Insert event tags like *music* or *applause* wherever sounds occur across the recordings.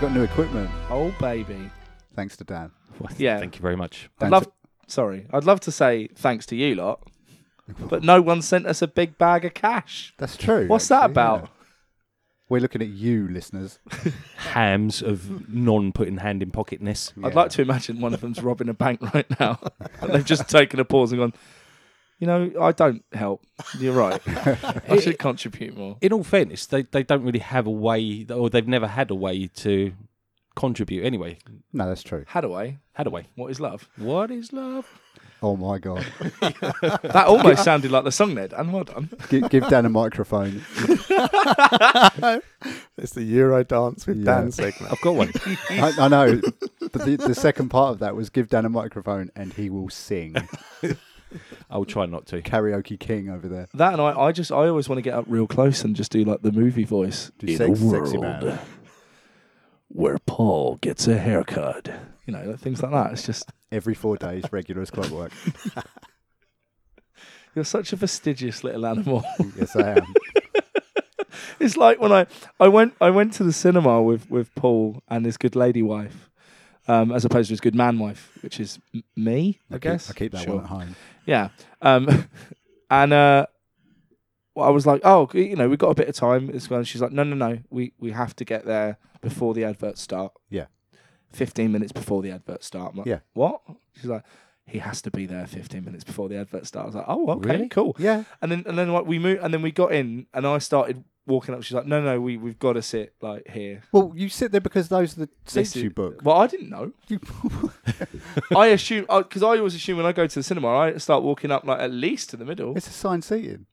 got new equipment. Oh baby. Thanks to Dan. Yeah. Thank you very much. I'd Thanks. love. Sorry, I'd love to say thanks to you lot, but no one sent us a big bag of cash. That's true. What's that actually, yeah. about? We're looking at you, listeners. Hams of non putting hand in pocketness. I'd like to imagine one of them's robbing a bank right now, *laughs* and they've just taken a pause and gone. You know, I don't help. You're right. *laughs* I should contribute more. In all fairness, they, they don't really have a way, or they've never had a way to contribute anyway. No, that's true. Hadaway, Had a way. what is love? What is love? Oh my god. That almost sounded like the song, Ned. And well done. give, give Dan a *laughs* microphone. It's the Euro dance with Yeah. Dan segment. I've got *laughs* one. I, I know, but the, the second part of that was give Dan a microphone and he will sing. I'll try not to. Karaoke King over there. That and I, I just, I always want to get up real close and just do like the movie voice. Do sex- sexy man. where Paul gets a haircut. You know, things like that. It's just Every four days, regular as clockwork. You're such a fastidious little animal. *laughs* Yes, I am. it's like when I, I went I went to the cinema with, with Paul and his good lady wife, um, as opposed to his good man wife, which is m- me, I, keep- guess. I keep that Sure. one at home. Yeah. Um, *laughs* and uh, well, I was like, oh, g- you know, we got a bit of time. It's gone. She's like, no, no, no, we we have to get there before the adverts start. Yeah. Fifteen minutes before the adverts start. I'm like, Yeah. What? She's like, he has to be there fifteen minutes before the adverts start. I was like, oh, okay, Really? cool. Yeah. And then and then like we moved and then we got in and I started walking up. She's like, no, no, we we've got to sit like here. Well, you sit there because those are the This seats is- you book. Well, I didn't know. *laughs* I assume because I always assume when I go to the cinema, I start walking up like at least to the middle. It's assigned seating.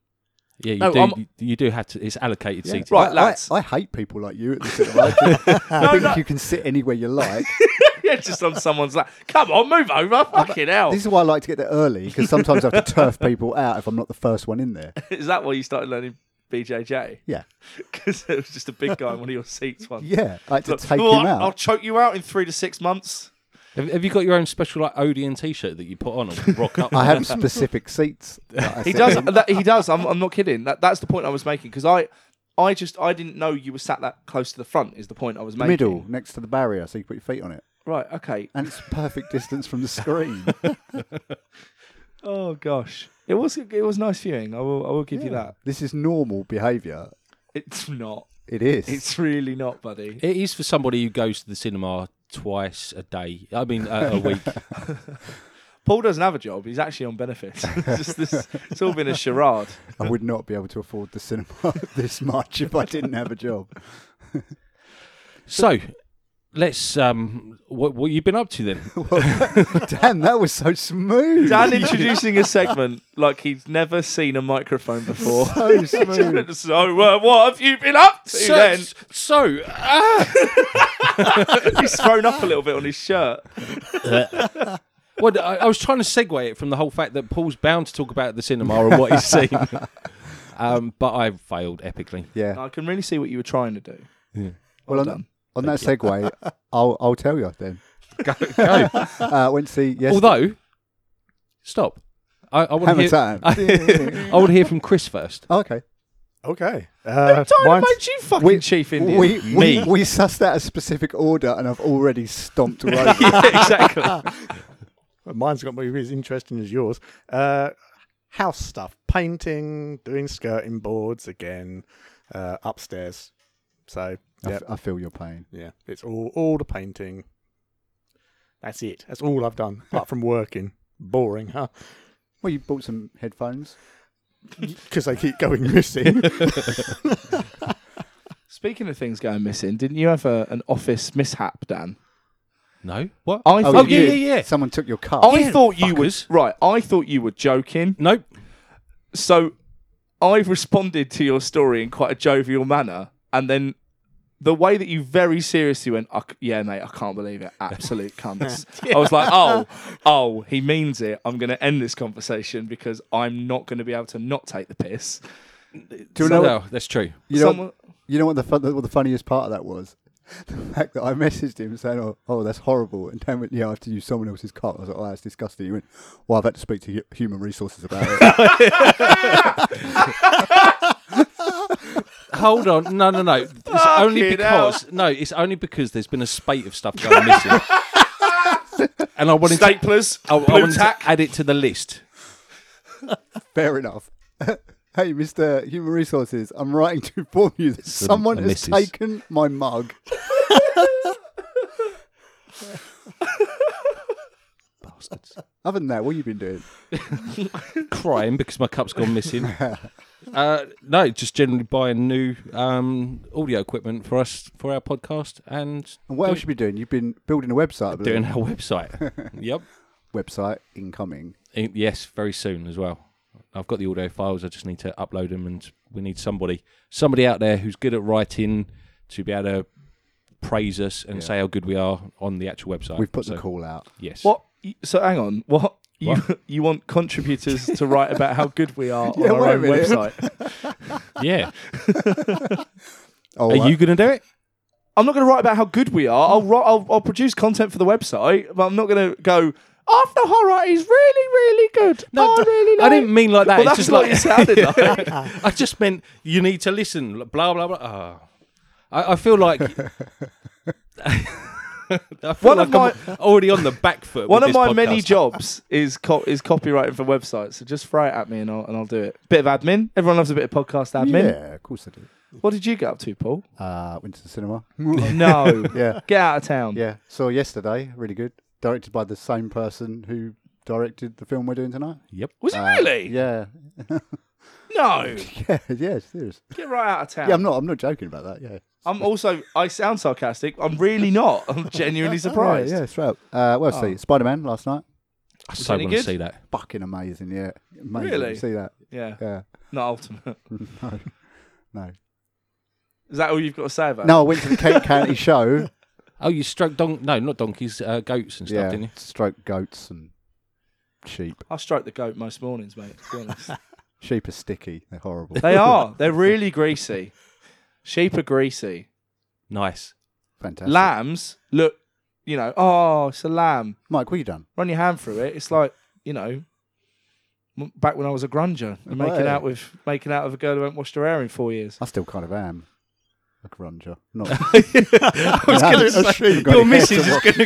Yeah, you No, do. I'm- You do have to. It's allocated Yeah. seating. Right, I, lads. I, I hate people like you at the cinema. I *laughs* think, I think you can sit anywhere you like. yeah, just on someone's lap. Come on, move over. Fucking hell. This is why I like to get there early because sometimes I have to turf people out if I'm not the first one in there. Is that why you started learning BJJ? *laughs* Yeah. Because it was just a big guy in one of your seats once. Yeah, I had to Look, take "Oh, him I- I'll out. choke you out in three to six months. Have, have you got your own special like Odeon T-shirt that you put on and rock *laughs* up? I have specific seats. that I He sit does. in. that, he does. I'm, I'm not kidding. That, that's the point I was making. Because I, I just I didn't know you were sat that close to the front. Is the point I was making. Middle, next to the barrier, so you put your feet on it. Right. Okay. And it's perfect distance from the *laughs* screen. Oh gosh. It was it was nice viewing. I will I will give you that. This is normal behaviour. It's not. It is. It's really not, buddy. It is for somebody who goes to the cinema twice a day. I mean, uh, a *laughs* week. Paul doesn't have a job. He's actually on benefits. *laughs* it's, just this, it's all been a charade. I would not be able to afford the cinema *laughs* this much if I didn't have a job. So, let's. Um, what what you been up to then? Dan, that was so smooth. *laughs* Dan introducing a segment like he's never seen a microphone *laughs* before. so smooth. so, uh, what have you been up to *laughs* then? so ah! He's thrown up a little bit on his shirt. Well, I, I was trying to segue it from the whole fact that Paul's bound to talk about the cinema and what he's seen. Um, but I failed epically. Yeah. I can really see what you were trying to do. Well, on, done. on that segue, I'll, I'll tell you then. Go, go. Uh, I went to see yes. *laughs* Although, stop. I, I Hammer want to hear. time. *laughs* I, want to hear from Chris first. Oh, okay. Okay. Uh, Dynamite, mine's- you fucking We- chief Indian. *laughs* We, we Me. we sussed out a specific order, and I've already stomped right. exactly. Mine's got to be as interesting as yours. Uh, house stuff, painting, doing skirting boards again, uh, upstairs. So I, yeah, f- I feel your pain. yeah, it's all all the painting. That's it. That's all I've done apart from working. Boring, huh? *laughs* Well, you bought some headphones. Because they keep going *laughs* missing. Speaking of things going missing, didn't you have a, an office mishap, Dan? No. What? I oh thought yeah, you- yeah, yeah. Someone took your car. I thought you fuckers. were right. I thought you were joking. Nope. So I responded to your story in quite a jovial manner, and then the way that you very seriously went, "I c- "Yeah, mate, I can't believe it, absolute cunts." I was like, "Oh, oh, he means it. I'm going to end this conversation because I'm not going to be able to not take the piss." Do you No, know? no, that's true. you know. Someone- You know what the fun, what the funniest part of that was? *laughs* The fact that I messaged him saying, "Oh, oh that's horrible," and Dan went, "Yeah, I have to use someone else's car." I was like, "Oh, that's disgusting." He went, "Well, I've had to speak to hu- human resources about it." hold on. No, no, no. It's only Fucking because no, it's only because there's been a spate of stuff going missing. and I wanted to, Staplers, I, I blue wanted to tack. add it to the list. Fair enough. *laughs* hey, Mr. Human Resources, I'm writing to inform you that a- someone a has missus. taken my mug. *laughs* Bastards. Other than that, what have you been doing? Crying because my cup's *laughs* gone missing. Uh, no, just generally buying new um, audio equipment for us for our podcast and And what else have you been doing? You've been building a website. I believe. doing *laughs* our website. yep. website incoming. I- Yes, very soon as well. I've got the audio files. I just need to upload them, and we need somebody, somebody out there who's good at writing, to be able to praise us and say how good we are on the actual website. We've put so, the call out. Yes. What? y- So hang on. What? You, *laughs* you want contributors to write about how good we are Yeah, on our wait a own minute. website? Yeah. Oh, Are you going to do it? I'm not going to write about how good we are. I'll, write, I'll I'll produce content for the website, but I'm not going to go. After horror is really really good. I really like. I didn't mean like that. Well, it's that's just what like it sounded like. I just meant you need to listen. Blah blah blah. Ah. I, I feel *laughs* like. I feel One like of I'm already on the back foot. One with of this my many podcast. jobs is co- is copywriting for websites. So just throw it at me and I'll and I'll do it. Bit of admin. Everyone loves a bit of podcast admin. Yeah, of course I do. What did you get up to, Paul? Oh, Uh, went to the cinema. *laughs* No. yeah, Get out of town. yeah. Saw yesterday. Really good. Directed by the same person who directed the film we're doing tonight. Yep. Was it really? Yeah, *laughs* No. yeah, yeah. Serious. Get right out of town. Yeah, I'm not. I'm not joking about that. Yeah. I'm also. I sound sarcastic. I'm really not. I'm genuinely surprised. Yeah, yeah straight up. Uh, what else? see? Spider Man last night. I so any want to good? see that. Fucking amazing. Yeah. Amazing. Really? See that? Yeah. Yeah. Not ultimate. No. No. Is that all you've got to say about? No, I went to the Cape County show. Oh, you stroked don- no, not donkeys, uh, goats and stuff, yeah. didn't you? Stroke goats and sheep. it? I stroke the goat most mornings, mate. To be honest. *laughs* Sheep are sticky. They're horrible. they are. They're really greasy. Sheep are greasy. *laughs* Nice. Fantastic. Lambs look. You know. Oh, it's a lamb. Mike, what you done? Run your hand through it. It's like you know. m- Back when I was a grunger, and Right. making out with making out with a girl who hadn't washed her hair in four years. I still kind of am. A grunger. Not *laughs* I was Nah, *laughs* going it's to a say, shame, got your it. missus is going to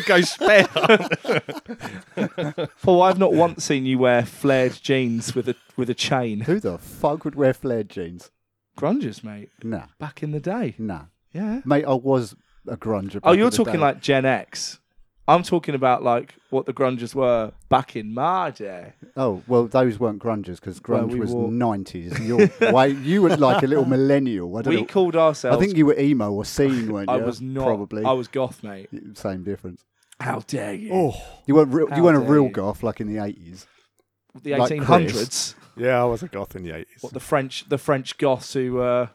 *laughs* go spare. *laughs* Paul, I've not once seen you wear flared jeans with a with a chain. Who the fuck would wear flared jeans? Grungers, mate. Nah, Back in the day. nah. Yeah. Mate, I was a grunger. Oh, back you're in the talking day. like Gen X. I'm talking about like what the grungers were back in my day. Oh, well, those weren't grungers because Well, grunge we was wore- 90s. You're way, you were like a *laughs* little millennial. I don't We know. called I ourselves. think you were emo or scene, weren't you? I was not. Probably. I was goth, mate. Same difference. How dare you? Oh, You weren't, real, How you weren't a dare real you. goth like in the 80s. the like 1800s. Yeah, I was a goth in the 80s. what the French the French goths who uh,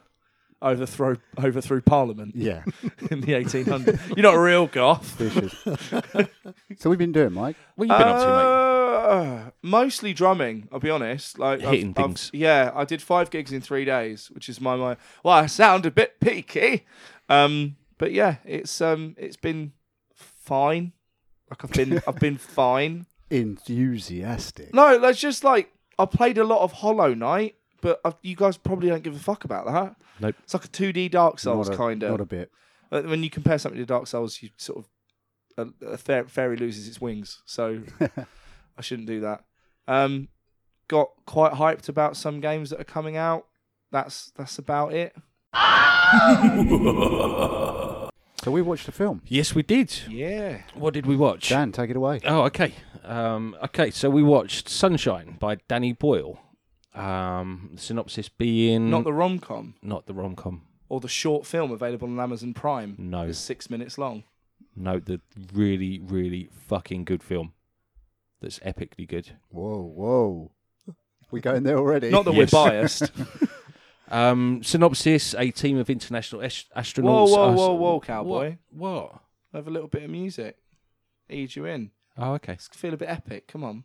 overthrow overthrew Parliament *laughs* Yeah. in the 1800s. you're not a real goth. *laughs* vicious. so we've been doing, Mike. What you been up to, Uh, Mostly drumming. I'll be honest. Like I've- Hitting I've- things. yeah, I did five gigs in three days, which is my my. Well, I sound a bit peaky, um, but yeah, it's um, it's been fine. Like I've been *laughs* I've been fine. Enthusiastic. No, that's just like I played a lot of Hollow Knight, but i you guys probably don't give a fuck about that. Nope. It's like a 2D Dark Souls not a, kind Not of. a bit. Uh, when you compare something to Dark Souls, you sort of a, a fair, fairy loses its wings. *laughs* So I shouldn't do that. Um, got quite hyped about some games that are coming out. That's that's about it. So we watched a film. mate? Yes, we did. Yeah. What did we watch? Dan, take it away. Oh, okay. Um, okay, so we watched Sunshine by Danny Boyle. Um, synopsis being Not the rom com not the rom com. or the short film available on Amazon Prime. No. It's six *laughs* minutes long. No, the really, really fucking good film. That's epically good. Whoa, whoa. We going there already? *laughs* Not that Yes. *laughs* we're biased. Um, synopsis: A team of international es- astronauts. whoa, whoa, are- whoa, whoa, cowboy. What? what? Have a little bit of music. Ease you in. Oh, okay. Feel a bit epic. Come on.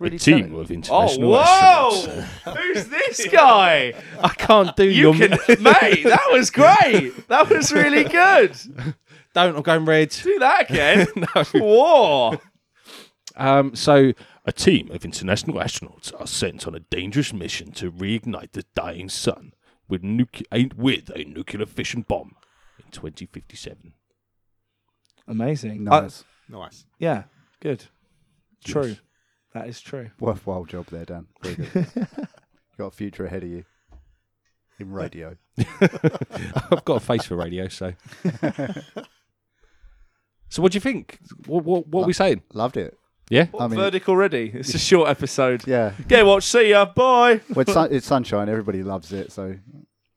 Really a team tell it. of international Oh, astronauts. whoa! Who's this guy? *laughs* I can't do You your. can, *laughs* *laughs* mate. That was great. That was really good. Don't. I'm going red. *laughs* Do that again. No. Whoa! Um, so, a team of international astronauts are sent on a dangerous mission to reignite the dying sun. with nuc- with a nuclear fission bomb in 2057. Amazing. Nice. Uh, Nice. yeah. Good. True. Yes. That is true. Worthwhile job there, Dan. Very good. you *laughs* got a future ahead of you in radio. I've got a face for radio, so. so what do you think? What what, what are we saying? Loved it. Yeah. What mean- verdict already? It's a short *laughs* episode. Yeah. Get watch. See ya. Bye. Well, it's, sun- it's sunshine. Everybody loves it. So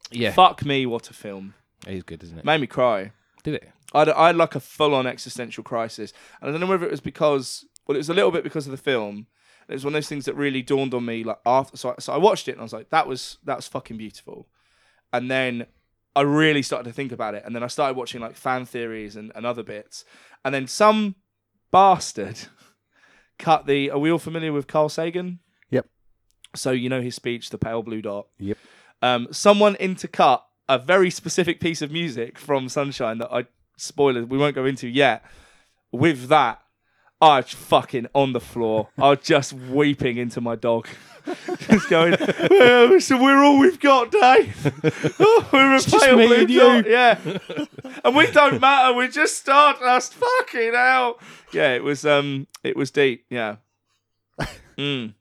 Yeah. Fuck me. What a film. It is good, isn't it? Made me cry. Did it? I had, I had like a full on existential crisis. And I don't know whether it was because, well, it was a little bit because of the film. It was one of those things that really dawned on me like after. So I, so I watched it and I was like, that was that was fucking beautiful. And then I really started to think about it. And then I started watching like fan theories and, and other bits. And then some bastard *laughs* cut the. Are we all familiar with Carl Sagan? Yep. So you know his speech, the pale blue dot. Yep. Um, someone intercut a very specific piece of music from Sunshine that I spoilers we won't go into yet. With that, I was fucking on the floor. I was just weeping into my dog. *laughs* just going, well, so we're all we've *laughs* got, Dave. Oh, we're a just pale me blue and you. dot, yeah. and we don't matter. We're just stardust. Fucking hell. Yeah, it was um, it was deep. Yeah. Mm.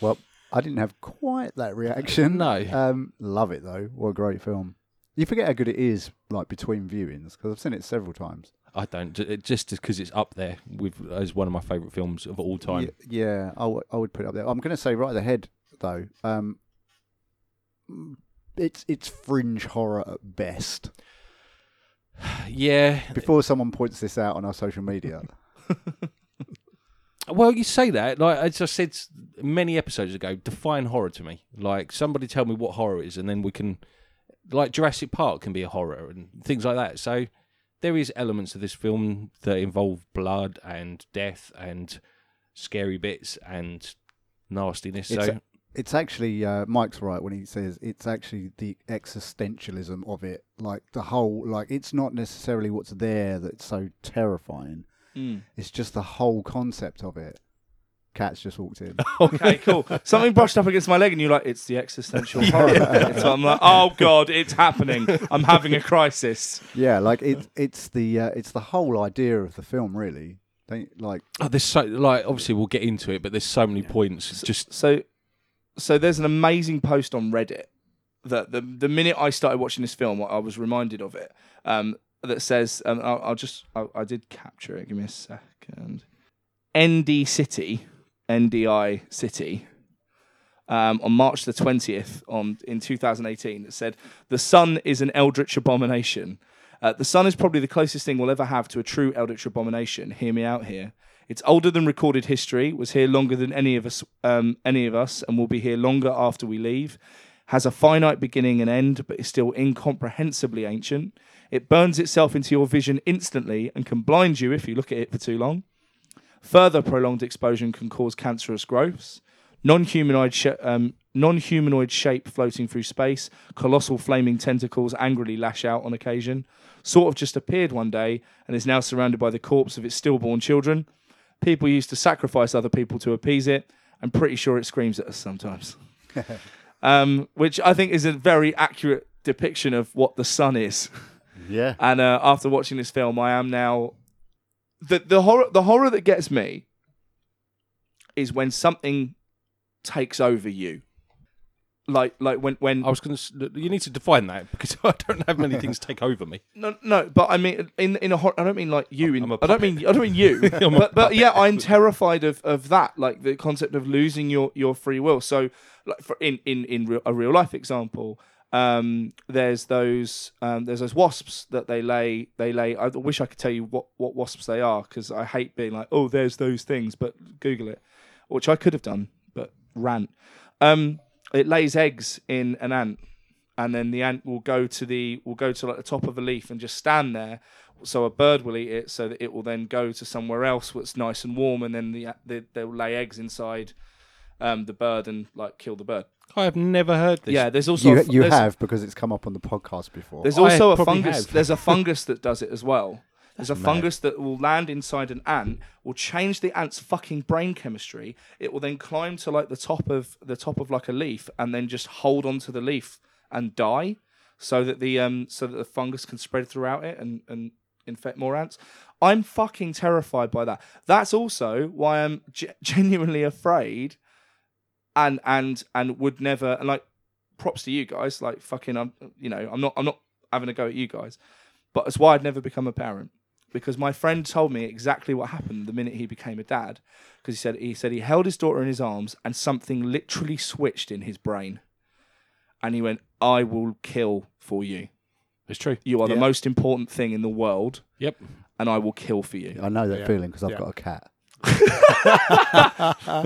Well, I didn't have quite that reaction. No. Um, love it though. What a great film. You forget how good it is, like between viewings, because I've seen it several times. I don't. J- it- Just because it's up there with as one of my favourite films of all time. Y- yeah, I, w- I would put it up there. I'm going to say right at the head though. Um, it's it's fringe horror at best. Yeah. Before someone points this out on our social media, Well, you say that. Like as I said s- many episodes ago, define horror to me. Like somebody tell me what horror is, and then we can. Like Jurassic Park can be a horror and things like that. So there is elements of this film that involve blood and death and scary bits and nastiness. It's so a- it's actually uh, Mike's right when he says it's actually the existentialism of it, like the whole like it's not necessarily what's there that's so terrifying. Mm. It's just the whole concept of it. Cat's just walked *laughs* in. Okay, cool. Something brushed up against my leg, and you're like, it's the existential horror. So I'm like, oh god, it's happening. I'm having a crisis. yeah, like it's it's the uh, it's the whole idea of the film, really. Don't, like oh, there's so like obviously we'll get into it, but there's so many points. just So, so there's an amazing post on Reddit that the the minute I started watching this film, I was reminded of it. Um, that says, um, I'll, I'll just, I, I did capture it. Give me a second. ND City, NDI City, um, on March the 20th on in 2018 that said the sun is an eldritch abomination. Uh, the sun is probably the closest thing we'll ever have to a true eldritch abomination. Hear me out here. It's older than recorded history. Was here longer than any of us, um, any of us, and will be here longer after we leave. Has a finite beginning and end, but is still incomprehensibly ancient. It burns itself into your vision instantly and can blind you if you look at it for too long. Further prolonged exposure can cause cancerous growths, non-humanoid sh- um, non-humanoid shape floating through space, colossal flaming tentacles angrily lash out on occasion. Sort of just appeared one day and is now surrounded by the corpse of its stillborn children. People used to sacrifice other people to appease it. I'm pretty sure it screams at us sometimes, um, which I think is a very accurate depiction of what the sun is. yeah, And uh, after watching this film, I am now the the horror the horror that gets me is when something takes over you, like like when when I was going to. You need to define that *laughs* because I don't have many things take over me. no no, but I mean in in a horror, I don't mean like you in I'm a I don't mean I don't mean you, *laughs* I'm a but but yeah, I'm terrified of of that like the concept of losing your your free will. So like for in in in real, a real life example. Um, there's those um, there's those wasps that they lay they lay. I wish I could tell you what, what wasps they are because I hate being like oh there's those things, but Google it, which I could have done but rant. Um, it lays eggs in an ant, and then the ant will go to the will go to like the top of a leaf and just stand there. So a bird will eat it, so that it will then go to somewhere else what's nice and warm, and then the, the they'll lay eggs inside um, the bird and like kill the bird. I have never heard this. Yeah, there's also you a fu- you there's- have because it's come up on the podcast before. There's I also a probably fungus. have. There's a fungus that does it as *laughs* well. There's a fungus that will land inside an ant, will change the ant's fucking brain chemistry. It will then climb to like the top of the top of like a leaf, and then just hold onto the leaf and die, so that the um so that the fungus can spread throughout it and and infect more ants. I'm fucking terrified by that. That's also why I'm ge- *laughs* genuinely afraid, and and and would never and like props to you guys. Like fucking, I'm you know I'm not I'm not having a go at you guys, but it's why I'd never become a parent because my friend told me exactly what happened the minute he became a dad because he said he said he held his daughter in his arms and something literally switched in his brain, and he went, "I will kill for you. It's true. You are the Yeah. most important thing in the world." Yep. And I will kill for you. I know that Yeah. feeling because I've Yeah. got a *laughs* cat. You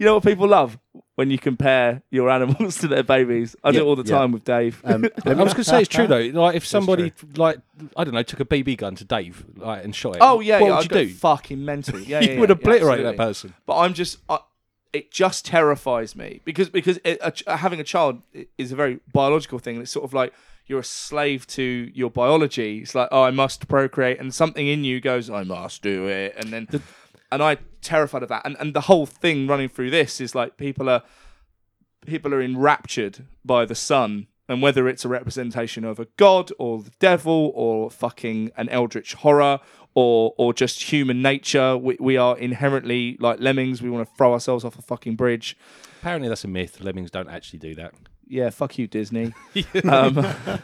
know what people love when you compare your *laughs* animals to their babies. I do it all the Yeah. time with Dave. Um, I let me- was going to say it's true though. Like if somebody like I don't know took a BB gun to Dave like and shot it. oh yeah, what yeah, would I'd you go do? Fucking *laughs* mental. Yeah, you yeah, would yeah, yeah, obliterate that absolutely. person. But I'm just, I, it just terrifies me because because it, a, ch- having a child i- is a very biological thing. and It's sort of like you're a slave to your biology. It's like oh, I must procreate, and something in you goes, I must do it, and then, and I terrified of that. And and the whole thing running through this is like people are people are enraptured by the sun. And whether it's a representation of a god or the devil or fucking an eldritch horror or or just human nature, we, we are inherently like lemmings. We want to throw ourselves off a fucking bridge. Apparently that's a myth. Lemmings don't actually do that. Yeah, fuck you, *laughs* Disney. um,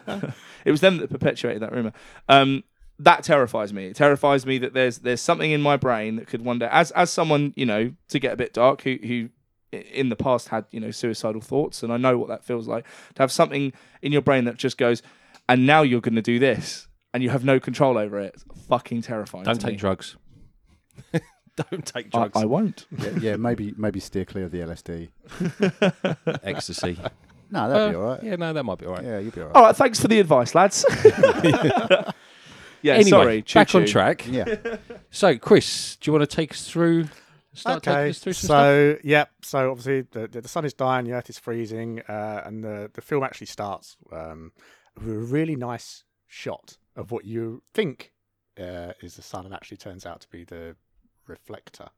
*laughs* it was them that perpetuated that rumor. Um, that terrifies me. It terrifies me that there's there's something in my brain that could one day, as as someone you know, to get a bit dark, who who i- in the past had you know suicidal thoughts, and I know what that feels like to have something in your brain that just goes, and now you're going to do this, and you have no control over it. It's fucking terrifying. Don't to take me. drugs. *laughs* don't take I, drugs. I *laughs* won't. *laughs* yeah, yeah, maybe maybe steer clear of the LSD. *laughs* Ecstasy. No, that'd be Uh, all right. Yeah, no, that might be all right. Yeah, you'd be all right. All right, thanks for the *laughs* advice, lads. *laughs* yeah, anyway, sorry. back on choo-choo. track. Yeah, So, Chris, do you want to take us through? Start taking okay, us through some stuff. so yep, so obviously the, the, the sun is dying, the earth is freezing, uh, and the, the film actually starts um, with a really nice shot of what you think uh, is the sun, and actually turns out to be the reflector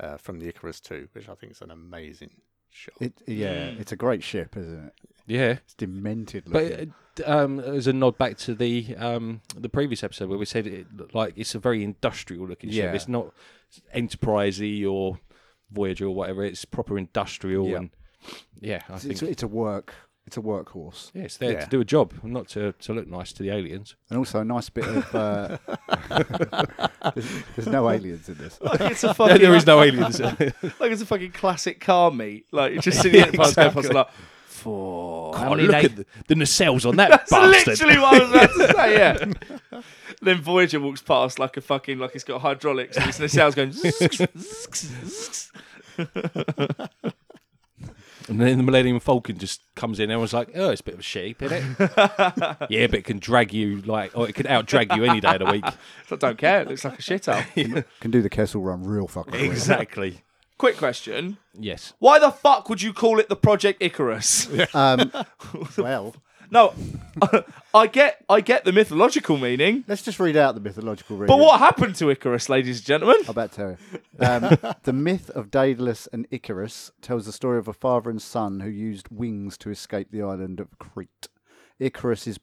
uh, from the Icarus Two, which I think is an amazing shot. it, yeah, it's a great ship, isn't it? Yeah, It's demented looking. but uh, um, as a nod back to the um, the previous episode where we said it looked like it's a very industrial looking ship. Yeah. It's not enterprisey or Voyager or whatever. It's proper industrial Yeah. and yeah, I think it's, it's a work. It's a workhorse, yeah, it's there Yeah. to do a job, not to to look nice to the *laughs* aliens. and also a nice bit of. Uh, *laughs* there's, there's no aliens in this. It's *laughs* a fucking no *laughs* aliens. Like it's a fucking classic car meet. Like you're *laughs* just sitting in the past going past like four. how many look na- at the, the nacelles on that *laughs* That's bastard. literally what I was about to say. Yeah. *laughs* then Voyager walks past like a fucking like it's got hydraulics and his nacelle's going. And then the Millennium Falcon just comes in. Everyone's like, "Oh, it's a bit of a sheep, isn't *laughs* it?" yeah, but it can drag you like, or it can out drag you any day of the week. I don't care. It looks like a shit *laughs* hole. Can do the Kessel Run real fucking. *laughs* quick. Exactly. Quick question: Yes. Why the fuck would you call it the Project Icarus? Um, well, *laughs* no, *laughs* I get I get the mythological meaning, let's just read out the mythological reading. but what happened to Icarus, ladies and gentlemen? I'll bet Terry. Um, the myth of Daedalus and Icarus tells the story of a father and son who used wings to escape the island of Crete. Icarus is.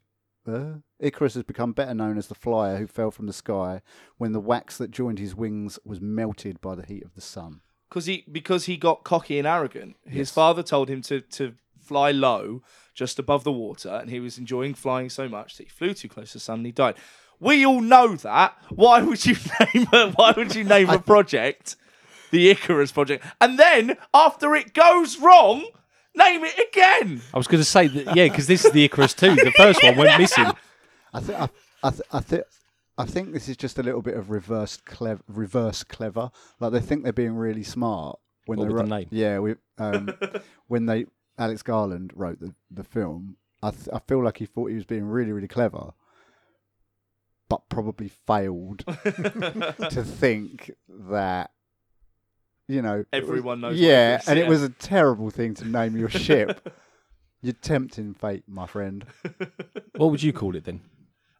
Uh, Icarus has become better known as the flyer who fell from the sky when the wax that joined his wings was melted by the heat of the sun. because he because he got cocky and arrogant. His father told him to to fly low, just above the water, and he was enjoying flying so much that he flew too close to the sun and he died. We all know that. Why would you *laughs* name a, Why would you name a project the Icarus project? And then after it goes wrong, name it again. I was going to say that. Yeah, because this is the Icarus too. The first one went missing. I think I, I, th- I think I think this is just a little bit of reverse clever. Reverse clever. Like they think they're being really smart when What they with wrote. the name? Yeah, we, um, *laughs* when they Alex Garland wrote the the film, I th- I feel like he thought he was being really really clever, but probably *laughs* failed to think that. You know, it was- Everyone knows what Yeah, it is, and yeah. it was a terrible thing to name your *laughs* ship. You're tempting fate, my friend. What would you call it then?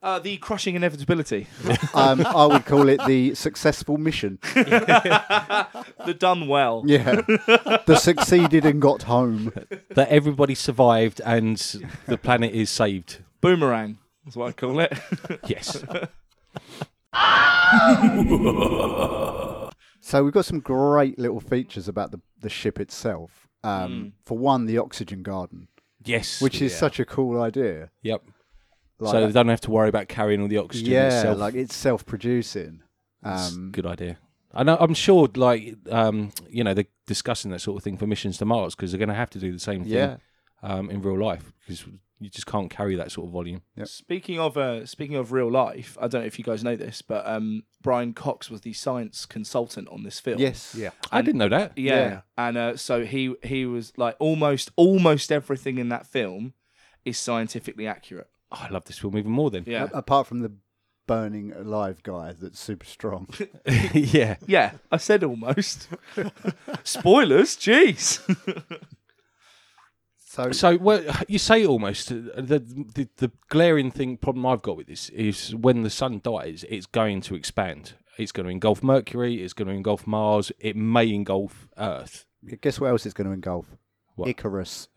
Uh, the *laughs* crushing inevitability, *laughs* Um, I would call it the successful mission. the done well. Yeah, the succeeded and got home. that everybody survived and the planet is saved. Boomerang is what I call it. Yes. *laughs* So we've got some great little features about the the ship itself. Um, For one, the oxygen garden, yes. which is Hmm. Yeah. such a cool idea. Yep. Like, so they don't have to worry about carrying all the oxygen yeah, itself. like it's self-producing. It's a Um, good idea. I know. I'm sure. Like, um, you know, they're discussing that sort of thing for missions to Mars because they're going to have to do the same thing yeah, um, in real life because you just can't carry that sort of volume. Speaking of uh, speaking of real life, I don't know if you guys know this, but um, Brian Cox was the science consultant on this film. yes, Yeah. I didn't know that. yeah. Yeah. And uh, so he he was like almost almost everything in that film is scientifically accurate. Oh, I love this film even more. Then. *laughs* Yeah, A- apart from the burning alive guy that's super *laughs* strong. *laughs* yeah. yeah. I said almost. *laughs* Spoilers, jeez. uh, So, So well, you say almost uh, the, the the glaring thing problem I've got with this is when the sun dies, it's going to expand. It's going to engulf Mercury. It's going to engulf Mars. It may engulf Earth. *laughs* guess what else it's going to engulf? What? Icarus.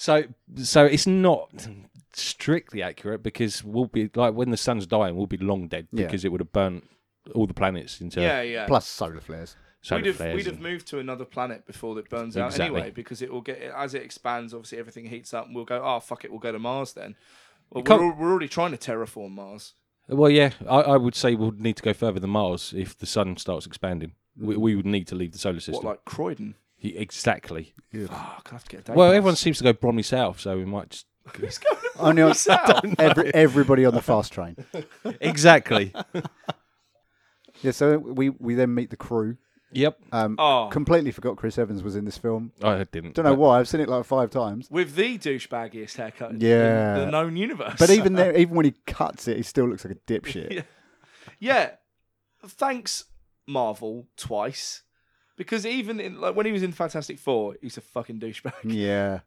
So so it's not strictly accurate because we'll be like when the sun's dying, we'll be long dead Yeah. because it would have burnt all the planets into yeah, yeah. Plus solar flares. solar we'd have, flares. we'd have and- moved to another planet before it burns out Exactly. anyway, because it will get as it expands. Obviously, everything heats up, and we'll go. Oh fuck it, we'll go to Mars then. Well, can't- we're, al- we're already trying to terraform Mars. Well, yeah, I, I would say we'll need to go further than Mars if the sun starts expanding. We, we would need to leave the solar What system. like Croydon? He- exactly. Oh, I have to get a day Well, pass. everyone seems to go Bromley South, so we might just Who's going *laughs* to Only on, South? every, everybody on the fast train. exactly. Yeah, so we, we then meet the crew. *laughs* yep, Um, Oh, Completely forgot Chris Evans was in this film. I didn't. Don't know but- why. I've seen it like five times. with the douchebaggiest haircut in Yeah. the, the known universe. But even there, even when he cuts it, he still looks like a dipshit. *laughs* Yeah. *laughs* yeah, thanks Marvel twice because even in, like when he was in Fantastic Four, he's a fucking douchebag. Yeah.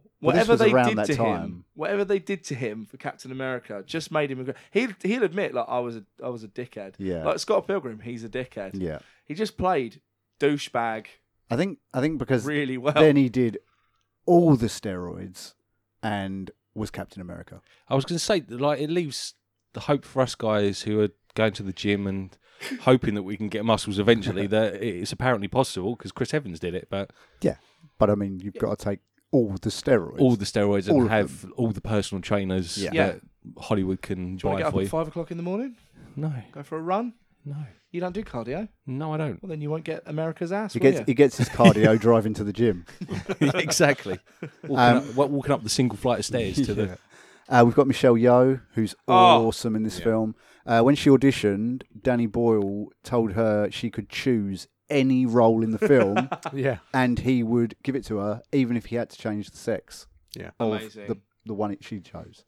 Mm. Well, this whatever was they around did that to him, time. whatever they did to him for Captain America, just made him. regret- He'll he'll admit like I was a I was a dickhead. Yeah. like Scott Pilgrim, he's a dickhead. Yeah. He just played douchebag I think I think because really well. then he did all the steroids and was Captain America. I was going to say, like, it leaves the hope for us guys who are going to the gym and hoping that we can get muscles eventually. that it's apparently possible because Chris Evans did it, but But I mean, you've got to take all the steroids. all the steroids All and of have all the personal trainers Yeah. Yeah. that Hollywood can Do you want to buy get for up you. at five o'clock in the morning? No, Go for a run? no, You don't do cardio? no, I *laughs* don't. *laughs* Well, then you won't get America's ass. he will gets you? he gets his *laughs* cardio driving to the gym. exactly. Walking, up, wa- walking up the single flight of stairs *laughs* to the. Uh, we've got Michelle Yeoh, who's Oh. awesome in this film. Uh, when she auditioned, Danny Boyle told her she could choose any role in the *laughs* film, Yeah. and he would give it to her, even if he had to change the sex Yeah. of Amazing. the the one that she chose.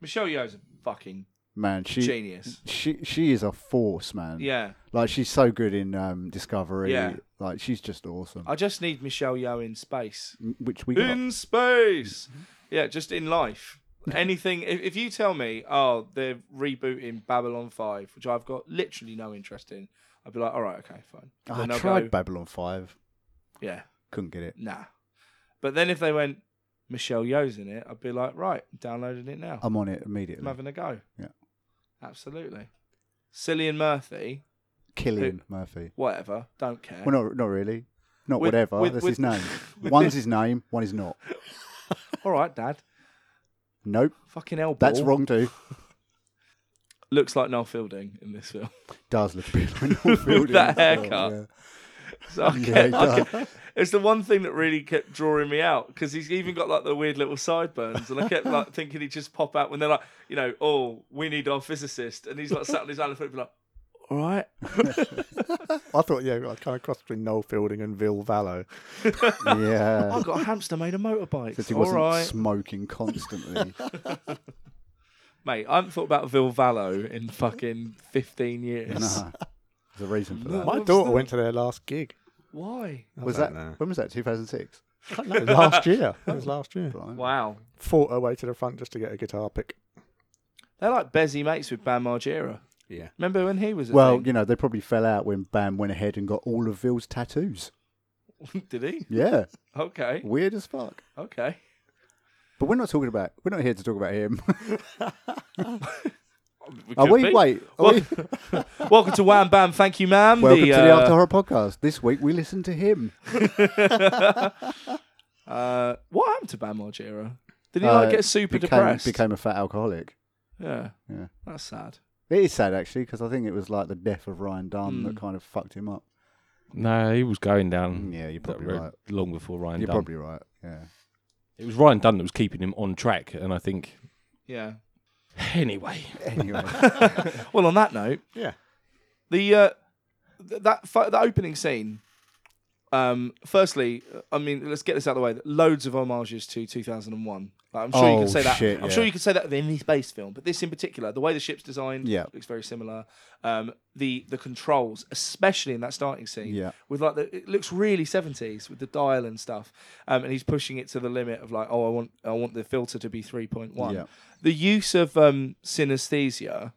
Michelle Yeoh's a fucking Man, she genius. she she is a force, man. Yeah, like she's so good in um, Discovery. Yeah. like she's just awesome. I just need Michelle Yeoh in space. Which we got. In space. Yeah, just in life. Anything. If, if you tell me, oh, they're rebooting Babylon Five, which I've got literally no interest in, I'd be like, all right, okay, fine. I Then I'll tried go, Babylon Five, yeah, couldn't get it. nah. But then if they went Michelle Yeoh's in it, I'd be like, right, downloading it now. I'm on it I'm immediately. having a go. Yeah. Absolutely. Cillian Murphy, Killian Murphy. whatever, don't care. Well, not not really. Not With- whatever. with- That's with- his name. *laughs* with One's this- his name. One is not. All right, Dad. Nope. Fucking hell, That's Ball. wrong too. Looks like Noel Fielding in this film. *laughs* Does look a bit like Noel Fielding. that as well, haircut. So I Yeah, kept- he I does. kept- it's the one thing that really kept drawing me out because he's even got like the weird little sideburns, and I *laughs* kept like thinking he'd just pop out when they're like, you know, oh, we need our physicist, and he's like sat on his elephant, be like, all right, I thought, yeah, I kind of crossed between Noel Fielding and Vil Vallow. Yeah. yeah. *laughs* I've got a hamster made of Because motorbikes. he All wasn't right, smoking *laughs* constantly. mate. I haven't thought about Vil Vallow in fucking fifteen years. no. There's a reason for that. My What's daughter that? went to their last gig. Why? I Was that don't *laughs* know. when was that? 2006. No, it was last year. That was last year. Blimey. Wow. Fought her way to the front just to get a guitar pick. They're like Bezzy mates with Bam Margera. Yeah. Remember when he was a Well, thing? you know, they probably fell out when Bam went ahead and got all of Ville's tattoos. *laughs* Did he? Yeah, Okay. weird as fuck. Okay. But we're not talking about. We're not here to talk about him. We Are could we? be. Oh, Wait. Are Well, we? *laughs* Welcome to Wham Bam. Thank you, ma'am. Welcome to the uh, After Horror podcast. This week we listen to *laughs* him. Uh, what happened to Bam Margera? Did he like Uh, get super became, depressed? Became a fat alcoholic. yeah. Yeah. That's sad. It is sad actually because I think it was like the death of Ryan Dunn Mm. that kind of fucked him up. Mm, No, he was going down. Yeah, you're Mm. that probably road right. Long before Ryan You're Dunn. probably right. Yeah. *laughs* It was Ryan Dunn that was keeping him on track, and I think. Yeah. Anyway, Anyway, Well, on that note, Yeah. the uh, th- that fo- that opening scene. Um, firstly, I mean, let's get this out of the way. Loads of homages to 2001. Like, I'm sure you Oh, could say that. shit, I'm yeah. sure you could say that of any space film, but this in particular, the way the ship's designed Yeah. looks very similar. Um, the the controls, especially in that starting *laughs* scene, Yeah. with like the it looks really 70s with the dial and stuff. Um, and he's pushing it to the limit of like, oh, I want I want the filter to be 3.1. Yeah. The use of um, synesthesia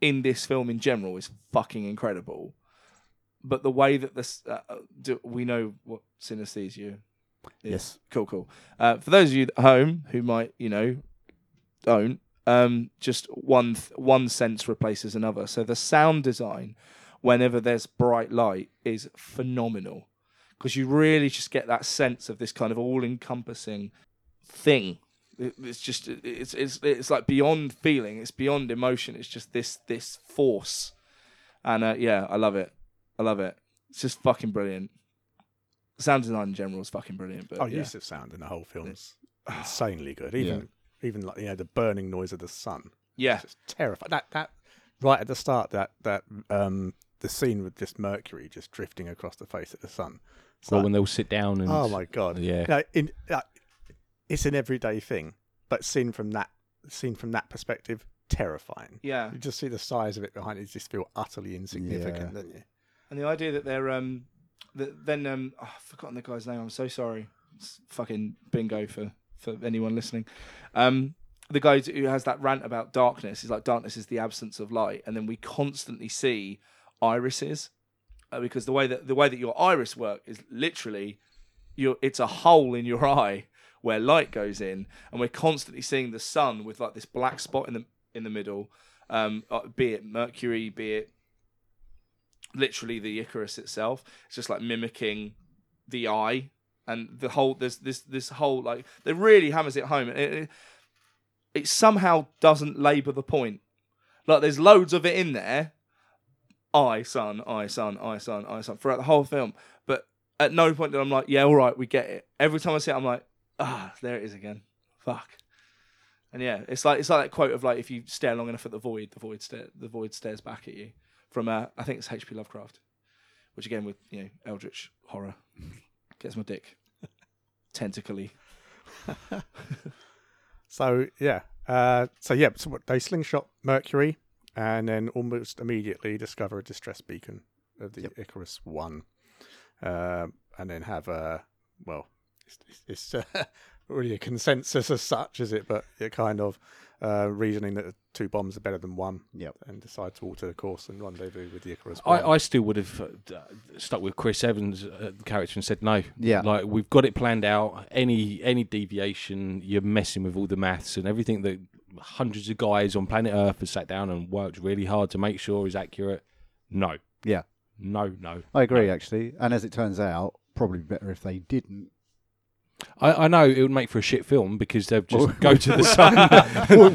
in this film in general is fucking incredible. But the way that this, uh, uh, do, we know what synesthesia. Is. Yes. Cool, cool. Uh, for those of you at home who might, you know, don't, um, just one th- one sense replaces another. So the sound design, whenever there's bright light, is phenomenal because you really just get that sense of this kind of all-encompassing thing. It- It's just it's it's it's like beyond feeling. It's beyond emotion. It's just this this force, and uh, yeah, I love it. I love it. It's just fucking brilliant. Sound design in general is fucking brilliant. But Oh, yeah. use of sound in the *sighs* whole film's insanely good. Even even like you know the burning noise of the sun. yeah, It's terrifying. That that right at the start that that um the scene with just Mercury just drifting across the face of the sun. It's well, like, when they'll sit down and oh my god. yeah. No, in uh, it's an everyday thing, but seen from that seen from that perspective, terrifying. yeah. You just see the size of it behind it. You just feel utterly insignificant, don't you? And the idea that they're um, that then um, oh, I've forgotten the guy's name. I'm so sorry. It's fucking bingo for for anyone listening. Um, the guy who has that rant about darkness is like darkness is the absence of light, and then we constantly see irises uh, because the way that the way that your iris work is literally your it's a hole in your *laughs* eye where light goes in, and we're constantly seeing the sun with like this black spot in the in the middle, um, uh, be it Mercury, be it literally the Icarus itself. It's just like mimicking the eye and the whole there's this this whole like they really hammers it home. It, it, it somehow doesn't labour the point. Like there's loads of it in there. I son, I son, I son, I son throughout the whole film. But at no point did I'm like, yeah, all right, we get it. Every time I see it, I'm like, ah, there it is again. Fuck. And yeah, it's like it's like that quote of like if you stare long enough at the void, the void stare, the void stares back at you from uh, I think it's H.P. Lovecraft, which again with you know Eldritch horror gets my dick tentacly. So yeah, uh, so yeah, so what, they slingshot Mercury, and then almost immediately discover a distress beacon of the Icarus One, uh, and then have a well, it's, it's, it's uh, *laughs* really a consensus as such, is it? But it kind of uh, reasoning that two bombs are better than one, Yep. and decide to alter the course and rendezvous with the Icarus One. I, I still would have uh, d- stuck with Chris Evans' uh, character and said no. Yeah. like we've got it planned out. Any any deviation, you're messing with all the maths and everything that hundreds of guys on planet Earth have sat down and worked really hard to make sure is accurate. No, yeah, no, no. I agree actually. And as it turns out, probably better if they *laughs* didn't. I, I know it would make for a shit film because they'd just go to the sun.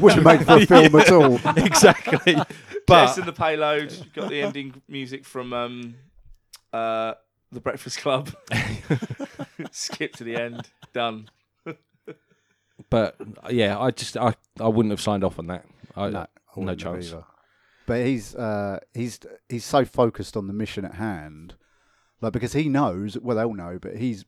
*laughs* Wouldn't make *laughs* for a film at all. exactly. But But in the payload, you've got the ending music from um, uh, the Breakfast Club. *laughs* Skip to the end. Done. but yeah, I just I, I wouldn't have signed off on that. I, No, I no wouldn't have chance. either. But he's uh, he's he's so focused on the mission at hand, like because he knows well they'll know, but he's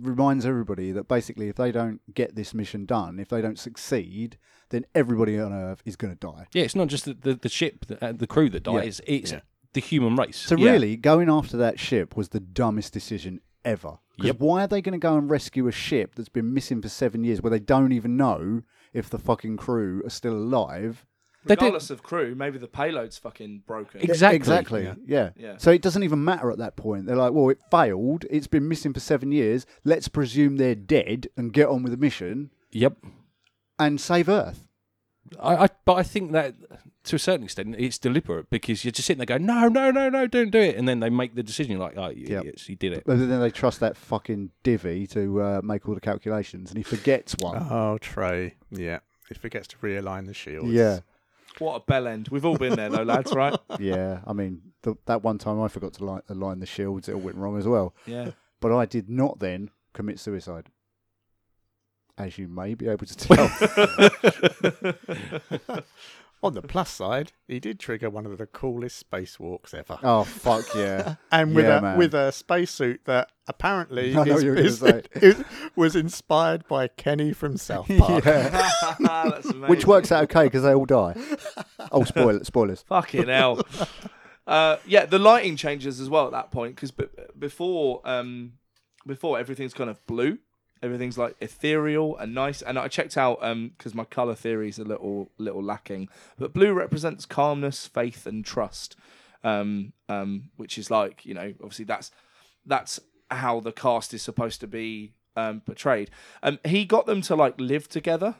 reminds everybody that basically if they don't get this mission done, if they don't succeed, then everybody on Earth is going to die. Yeah, it's not just the the, the ship, the, uh, the crew that dies. It's the human race. So Yeah. really, going after that ship was the dumbest decision ever. Because Yep. why are they going to go and rescue a ship that's been missing for seven years where they don't even know if the fucking crew are still alive? They did- Regardless of crew, maybe the payload's fucking broken. Ex- Exactly. Exactly. Yeah. Yeah. So it doesn't even matter at that point. They're like, well, it failed. It's been missing for seven years. Let's presume they're dead and get on with the mission Yep. and save Earth. I, I but I think that to a certain extent it's deliberate because you're just sitting there going, no, no, no, no, don't do it, and then they make the decision. You're like, oh, you Yep. idiots, you did it. But then they trust that fucking divvy to uh, make all the calculations, and he forgets one. *laughs* Oh, Trey. Yeah. He forgets to realign the shields. yeah, What a bell end. We've all been there though, lads, right? yeah. I mean, th- that one time I forgot to li- align the shields, it all went wrong as well. Yeah. But I did not then commit suicide, as you may be able to *laughs* tell. On the plus side, he did trigger one of the coolest spacewalks ever. oh fuck yeah! *laughs* and with Yeah, a man. with a spacesuit that *laughs* apparently I know is, what you were gonna is- say. *laughs* is- was inspired by Kenny from South Park. *laughs* yeah. That's *laughs* amazing. Which works out okay because they all *laughs* die. Oh, spoil spoilers. *laughs* Fucking hell. Uh, yeah, the lighting changes as well at that point because b- before, um, before everything's kind of blue, everything's like ethereal and nice. And I checked out because my color theory is a little little lacking, but blue represents calmness, faith, and trust, um, um, which is like you know obviously that's that's how the cast is supposed to be um, portrayed. Um, he got them to like live together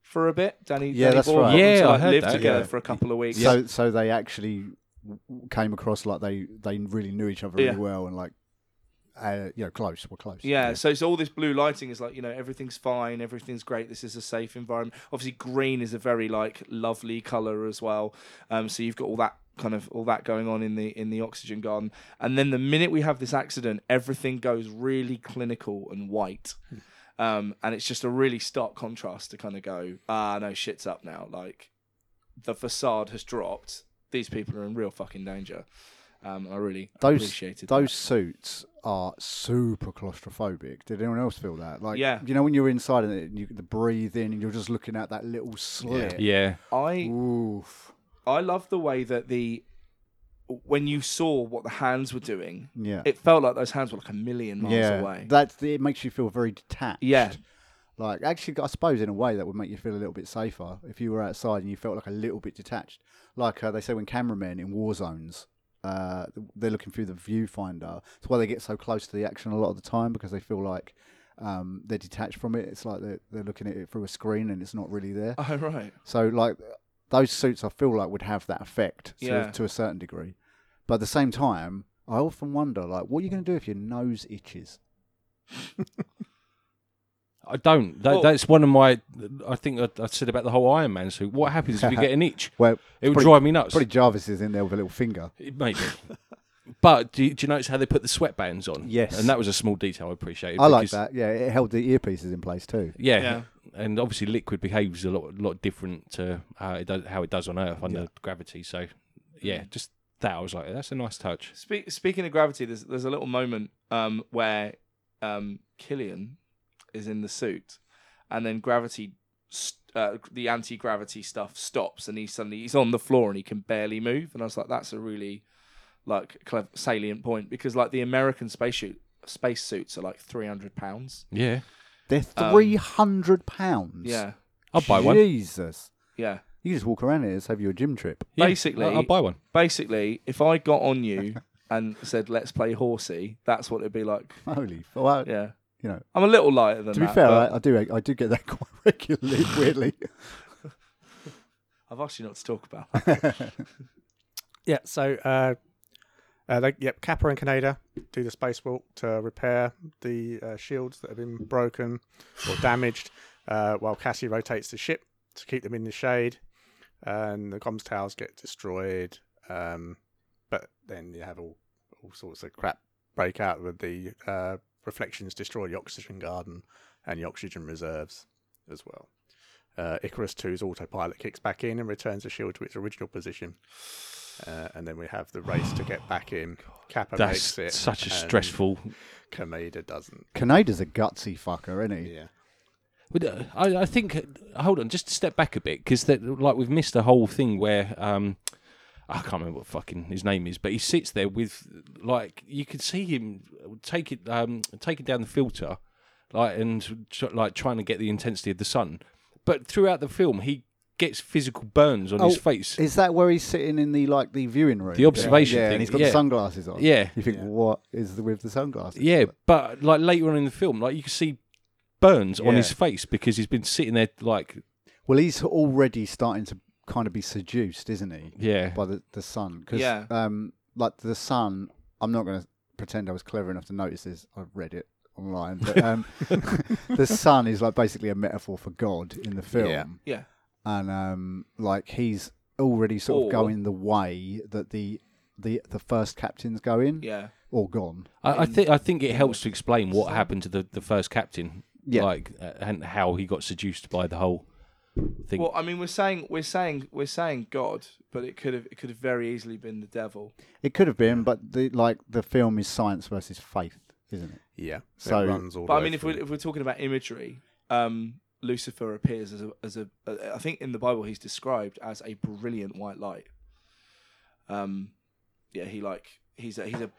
for a bit. Danny, Yeah, Danny that's Boyle got right. them Yeah, to, I like, heard live that, together yeah. for a couple of weeks. So, so they actually w- came across like they they really knew each other really Yeah. well and like, uh, you know, close. We're close. Yeah, so it's all this blue lighting is like, you know, everything's fine, everything's great, this is a safe environment. Obviously green is a very like lovely colour as well. Um so you've got all that kind of all that going on in the in the oxygen garden. And then the minute we have this accident, everything goes really clinical and white. Um and it's just a really stark contrast to kind of go, ah no shit's up now. Like the facade has dropped. These people are in real fucking danger. Um, I really Those- appreciated that. Those suits are super claustrophobic. Did anyone else feel that? Like, Yeah. you know, when you're inside and it- you, the breathe in and you're just looking at that little slit. Yeah, I Oof. I love the way that the when you saw what the hands were doing, Yeah. it felt like those hands were like a million miles yeah. away. That's the, it makes you feel very detached. yeah, Like, actually, I suppose in a way that would make you feel a little bit safer if you were outside and you felt like a little bit detached. Like uh, they say when cameramen in war zones, uh, they're looking through the viewfinder. It's why they get so close to the action a lot of the time because they feel like um, they're detached from it. It's like they're, they're looking at it through a screen and it's not really there. *laughs* oh right, So like those suits, I feel like would have that effect to, Yeah. to a certain degree. But at the same time, I often wonder like, what are you going to do if your nose itches? I don't. That, Well- that's one of my. I think I, I said about the whole Iron Man suit. What happens if you get an itch? *laughs* Well, It would pretty- drive me nuts. probably Jarvis is in there with a little finger. It- Maybe. but do you, do you notice how they put the sweatbands on? Yes. and that was a small detail I appreciated. I like because- that. Yeah, it held the earpieces in place too. Yeah. Yeah. And obviously, liquid behaves a lot, lot different to how it does, how it does on Earth under gravity. So, yeah, just that. I was like, that's a nice touch. Speak, speaking of gravity, there's there's a little moment um, where um, Killian is in the suit, and then gravity, st- uh, the anti gravity stuff stops, and he suddenly he's on the floor and he can barely move. And I was like, that's a really like clever, salient point because like the American spacesuit space suits are like three hundred pounds. Yeah, They're three hundred pounds. Yeah, I'll Um, buy one. Jesus, yeah. you just walk around here and save you a gym trip. *laughs* Yeah, Basically- I'll, I'll buy one. basically, if I got *laughs* on you and said, "Let's play horsey," that's what it'd be like. Holy, f- well, Yeah, you know. I'm a little lighter than To be that. fair, but I, I do I do get that *laughs* quite regularly. Weirdly, I've asked you not to talk about. That. Yeah, so uh, uh, they, yep, Kappa and Kaneda do the spacewalk to repair the uh, shields that have been broken or damaged, uh, while Cassie rotates the ship to keep them in the shade, and the comms towers get destroyed. Um, but then you have all, all sorts of crap break out with the uh, reflections destroy the oxygen garden and the oxygen reserves as well. Uh, Icarus 2's autopilot kicks back in and returns the shield to its original position. Uh, and then we have the race to get back in. Kappa That's makes it. such a and stressful. Kameda doesn't. Kaneda's a gutsy fucker, isn't he? Yeah. But, uh, I, uh, I think. Hold on, just to step back a bit because like we've missed the whole thing where um, I can't remember what fucking his name is, but he sits there with like you could see him take it um taking down the filter, like and tr- like trying to get the intensity of the sun. But throughout the film, he gets physical burns on his Oh, face. Is that where he's sitting in the like the viewing room? The observation yeah, thing, And he's got yeah. the sunglasses on. Yeah. You think what is the, with the sunglasses? Yeah, but like later on in the film, like you can see burns on Yeah. his face because he's been sitting there like Well, he's already starting to kind of be seduced, isn't he? yeah. by the, the sun because Yeah. um like the sun i'm not going to pretend i was clever enough to notice this i've read it online but *laughs* um *laughs* the sun is like basically a metaphor for god in the film Yeah. Yeah. and um like he's already sort of Or- going the way that the the the first captain's going *laughs* Yeah. or gone I, I think I think it helps to explain what happened to the, the first captain, Yeah. like uh, and how he got seduced by the whole thing. Well, I mean, we're saying we're saying we're saying God, but it could have it could have very easily been the devil. it could have been but the like the film is science versus faith isn't it Yeah. So- it runs all But I the way mean, if through. we're if we're talking about imagery, um, Lucifer appears as a as a I think in the Bible he's described as a brilliant white light. Um, yeah, he like he's a he's a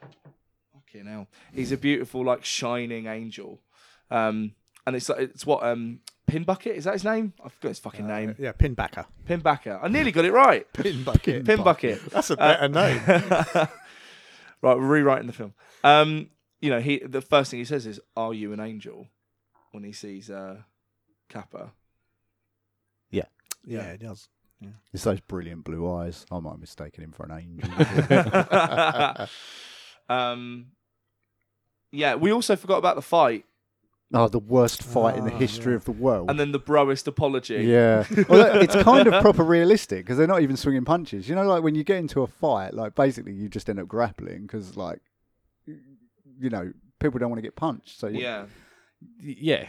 fucking hell. He's a beautiful like shining angel, um, and it's it's what um. Pinbucket is that his name? I forgot his fucking name. yeah, *laughs* Pinbacker. Pinbacker. I nearly got it right. Pinbucket. Pinbucket. That's a better name. *laughs* right, we're rewriting the film. Um, you know, he the first thing he says is, "Are you an angel?" When he sees uh, Kappa. Yeah. Yeah. it does. it's those brilliant blue eyes i might have mistaken him for an *laughs* angel um, yeah. We also forgot about the fight oh the worst fight in the Ah, history yeah. of the world and then the broest apology. *laughs* Yeah. Although it's kind of proper realistic because they're not even swinging punches. You know, like when you get into a fight, like basically you just end up grappling because, like, you know, people don't want to get punched. So, you- Yeah. yeah,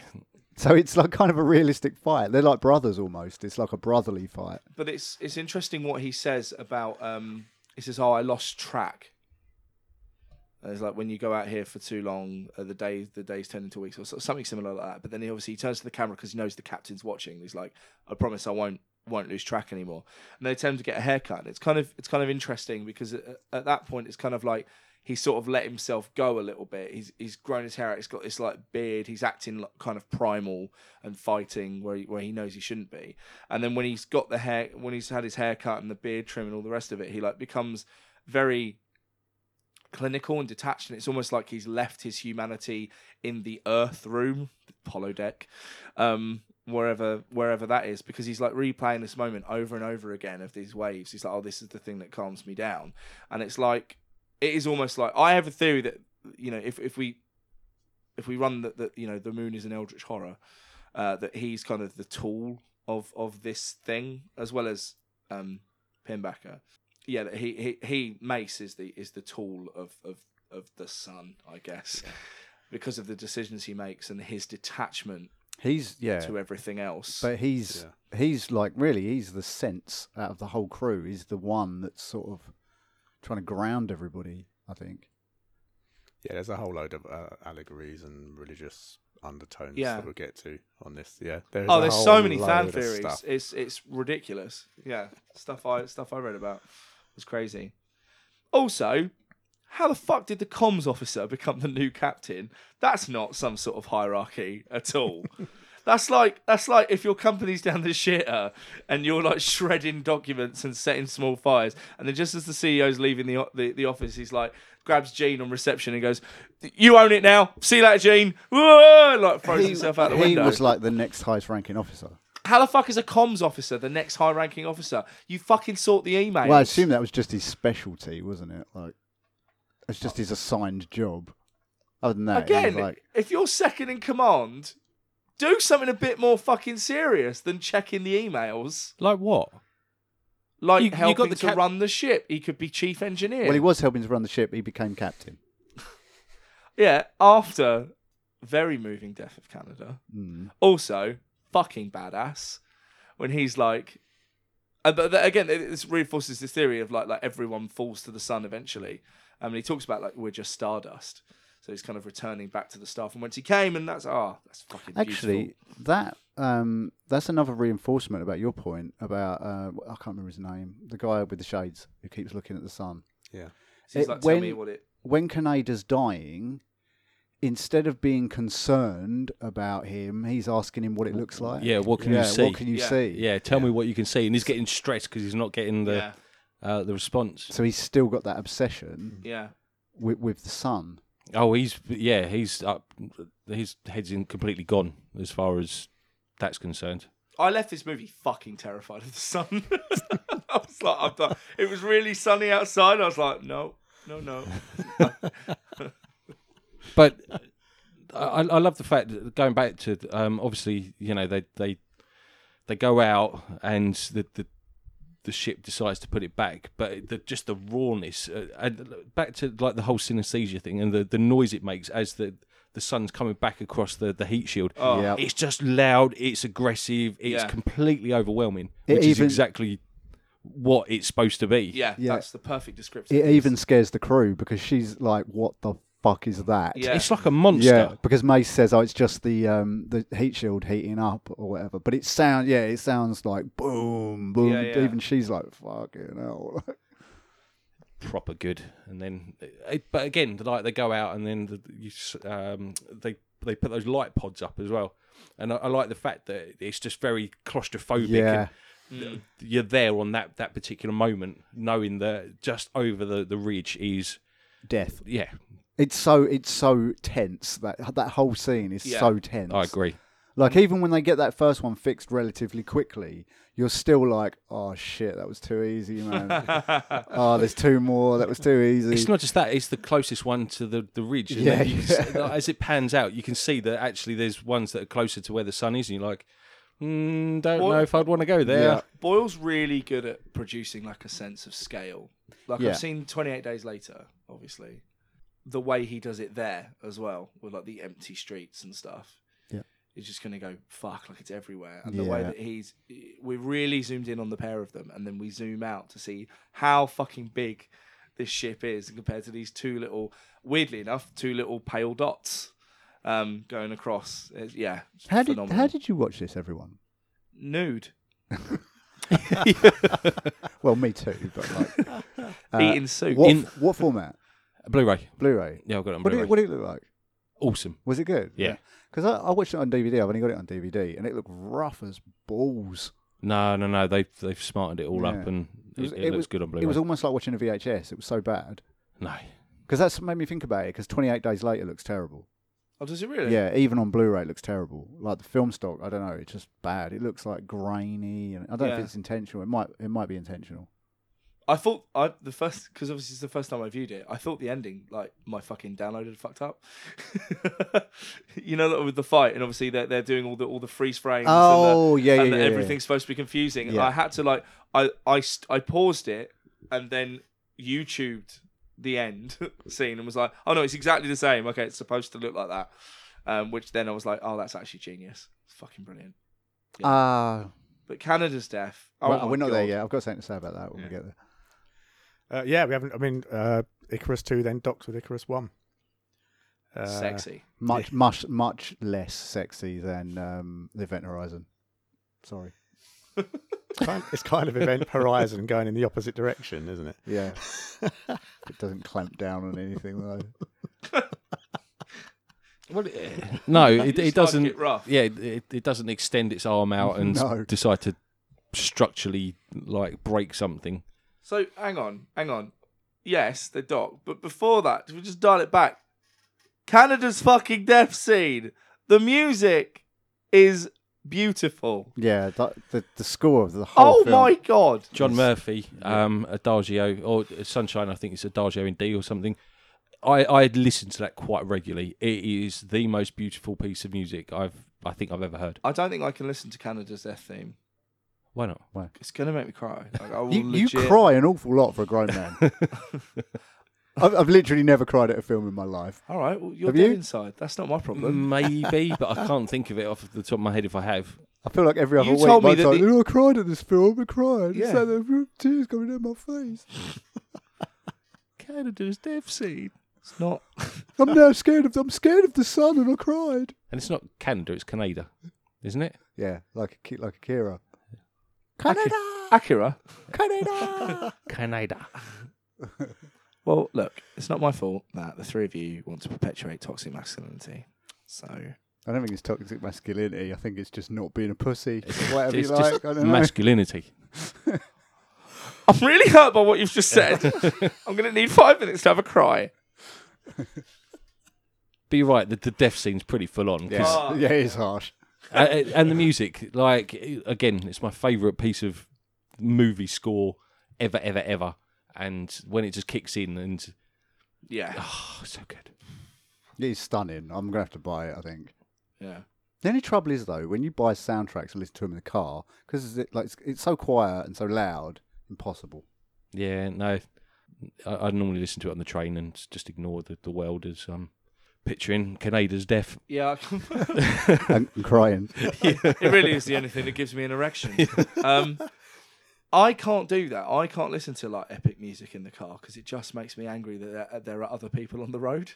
so it's like kind of a realistic fight. They're like brothers almost. It's like a brotherly fight. But it's it's interesting what he says about um he says, Oh, I lost track. And It's like when you go out here for too long, uh, the days the days turn into weeks or so- something similar like that. But then he obviously he turns to the camera because he knows the captain's watching. He's like, "I promise I won't won't lose track anymore." And they tell him to get a haircut. It's kind of it's kind of interesting because at, at that point it's kind of like he's sort of let himself go a little bit. He's he's grown his hair out. He's got this like beard. He's acting like, kind of primal and fighting where he, where he knows he shouldn't be. And then when he's got the hair, when he's had his haircut and the beard trim and all the rest of it, he like becomes very clinical and detached, and it's almost like he's left his humanity in the Earth room, hollow deck, um, wherever wherever that is, because he's like replaying this moment over and over again of these waves. He's like, oh, this is the thing that calms me down, and it's like it is almost like I have a theory that you know if if we if we run that that you know the moon is an eldritch horror, uh, that he's kind of the tool of of this thing as well as um, Pinbacker yeah, that he, he he Mace is the is the tool of of of the son, I guess, because of the decisions he makes and his detachment He's, yeah. to everything else. But he's, he's like, really, he's the sense out of the whole crew. He's the one that's sort of trying to ground everybody, I think. Yeah, there's a whole load of uh, allegories and religious undertones Yeah. that we'll get to on this. Yeah. There's oh, a there's whole so many load fan of theories. stuff. It's it's ridiculous. Yeah, stuff I stuff I read about was crazy. Also, how the fuck did the comms officer become the new captain? That's not some sort of hierarchy at *laughs* all. That's like that's like if your company's down the shitter and you're like shredding documents and setting small fires, and then just as the CEO's leaving the o- the, the office, he's like grabs Gene on reception and goes, "You own it now. See you later, Gene." *laughs* Whoa! Like throws himself out the he window. was like the next highest ranking officer. How the fuck is a comms officer the next high ranking officer? You fucking sort the emails. Well, I assume that was just his specialty, wasn't it? Like, it's just his assigned job. Other than that, it was Again, like, if you're second in command, do something a bit more fucking serious than checking the emails. like what? Like You- you got helping the to cap- run the ship. He could be chief engineer. well, he was helping to run the ship. He became captain. Yeah, after very moving death of Canada. Hmm. Also, fucking badass when he's like, uh, but th- again, it- this reinforces this theory of like like everyone falls to the sun eventually. Um, and he talks about like we're just stardust. So he's kind of returning back to the staff from whence he came, and that's ah, that's fucking Actually, that um, that's another reinforcement about your point about uh, I can't remember his name, the guy with the shades who keeps looking at the sun. Yeah. beautiful. He's it- like, tell me when- what it. When Kaneda's dying, instead of being concerned about him, he's asking him what it looks like. Yeah, what can you yeah, see? What can you Yeah. see? yeah, tell me what you can see. And he's getting stressed because he's not getting the Yeah, uh, the response. So he's still got that obsession yeah. with, with the sun. Oh, he's yeah, he's up. His head's in completely gone as far as that's concerned. I left this movie fucking terrified of the sun. *laughs* I was like, I'm done. It was really sunny outside. I was like, no, no, no. But I, I love the fact that going back to um, obviously you know they they they go out and the the, the ship decides to put it back, but the, just the rawness uh, and back to like the whole synesthesia thing and the, the noise it makes as the the sun's coming back across the, the heat shield. Oh, Yeah. It's just loud. It's aggressive. It's Yeah. completely overwhelming, It which is even- exactly what it's supposed to be. yeah, Yeah. That's the perfect description. It even scares the crew because she's like, "What the fuck is that?" Yeah. It's like a monster. Yeah, because Mace says, "Oh, it's just the um, the heat shield heating up or whatever." But it sounds, yeah, it sounds like boom, boom. Yeah, yeah. Even she's like, "Fucking hell!" *laughs* proper good. And then, uh, it, but again, like they go out and then the, you, s- um, they they put those light pods up as well. And I, I like the fact that it's just very claustrophobic. Yeah. And Mm. th- you're there on that that particular moment, knowing that just over the the ridge is Death. yeah. It's so it's so tense that that whole scene is Yeah. so tense. I agree. Like even when they get that first one fixed relatively quickly, you're still like, "Oh shit, that was too easy, *laughs* man." *laughs* *laughs* oh, there's two more. That was too easy. It's not just that; it's the closest one to the the ridge. isn't Yeah, it? You can see- like, as it pans out, you can see that actually there's ones that are closer to where the sun is, and you're like, mm, don't Well- know if I'd want to go there. Yeah. Boyle's really good at producing like a sense of scale. Like Yeah. I've seen 28 Days Later, obviously. The way he does it there as well, with like the empty streets and stuff. Yeah. It's just gonna go fuck like it's everywhere, and the way Yeah. that he's, we really zoomed in on the pair of them, and then we zoom out to see how fucking big this ship is compared to these two little, weirdly enough, two little pale dots um, going across. It's, yeah, it's how did phenomenal. how did you watch this, everyone? nude Well, me too, but *laughs* like, eating soup? Uh, what In- what format? Blu-ray. Blu-ray. Yeah, I've got it on What did, Blu-ray. it, what did it look like? awesome. Was it good? Yeah. Because I, I watched it on DVD. I've only got it on DVD, and it looked rough as balls. No, no, no. They they've smartened it all up Yeah. and it, it, looks was, good on Blu-ray. It was almost like watching a VHS. It was so bad. no, Because that's made me think about it. Because 28 Days Later looks terrible. oh, does it really? Yeah, even on Blu-ray it looks terrible. Like the film stock, I don't know. It's just bad. It looks like grainy, and I don't know Yeah. if it's intentional. It might. It might be intentional. I thought I the first because obviously it's the first time I viewed it. I thought the ending, like my fucking download had fucked up. *laughs* you know, like with the fight, and obviously they're they're doing all the all the freeze frames. Oh, and the, yeah, yeah, and the- yeah, yeah. everything's supposed to be confusing. And Yeah. I had to like I I st- I paused it and then YouTubed the end *laughs* scene and was like, oh no, it's exactly the same. Okay, it's supposed to look like that. Um, which then I was like, oh, that's actually genius. It's fucking brilliant. Yeah. Ah, But Canada's death. Oh, well, my we're not there God. yet. I've got something to say about that when Yeah. we get there. Uh, yeah, we haven't. I mean, uh, Icarus two then docked with Icarus one. Uh, Sexy. Much, much, much less sexy than um, the Event Horizon. Sorry. *laughs* kind- it's kind of event horizon going in the opposite direction, isn't it? Yeah. *laughs* it doesn't clamp down on anything though. *laughs* no, Oh, it, just it like doesn't. it rough. Yeah, it, it- it doesn't extend its arm out *laughs* and No. decide to structurally like break something. So hang on, hang on. Yes, the doc. But before that, we just dial it back. Canada's fucking death scene. The music is beautiful. Yeah, that, the the score of the whole. Oh film. my god. John Murphy, um, Adagio or Sunshine, I think it's Adagio in D or something. I I listen to that quite regularly. It is the most beautiful piece of music I've I think I've ever heard. I don't think I can listen to Canada's death theme. Why *laughs* not? It's gonna make me cry. Like, I will You, you legit- cry an awful lot for a grown *laughs* man. I've, I've literally never cried at a film in my life. All right, well, you're Have dead you? Mm. inside. That's not my problem. Maybe, but I can't think of it off the top of my head if I have. I feel like every other You week, told me Mike's that like, the- "Oh, I cried at this film. I cried. Yeah. It's like the tears coming down my face. Canada's death scene. It's not. I'm now scared of. I'm scared of the sun, and I cried. And it's not Canada, it's Canada, isn't it? Yeah, like a ki- like Akira. Akira. *laughs* Canada. Well, look, it's not my fault that the three of you want to perpetuate toxic masculinity. So I don't think it's toxic masculinity. I think it's just not being a pussy. Whatever It's you just like. I don't know. masculinity. I'm really hurt by what you've just *laughs* said. I'm going to need five minutes to have a cry. But you're right, the, the death scene's pretty full on. 'cause- *laughs* yeah, yeah, it's harsh. and, and the music, like again, it's my favourite piece of movie score ever, ever, ever. And when it just kicks in, and Yeah. oh, so good. It's stunning. I'm gonna have to buy it. I think. Yeah. The only trouble is though, when you buy soundtracks and listen to them in the car, because it's like it's, it's so quiet and so loud, *laughs* impossible. Yeah, no, I, I normally listen to it on the train and just ignore the, the world as I'm picturing Canada's death. Yeah. *laughs* and, and crying. it really is the only thing that gives me an erection. Um, I can't do that. I can't listen to like epic music in the car because it just makes me angry that there, there are other people on the road.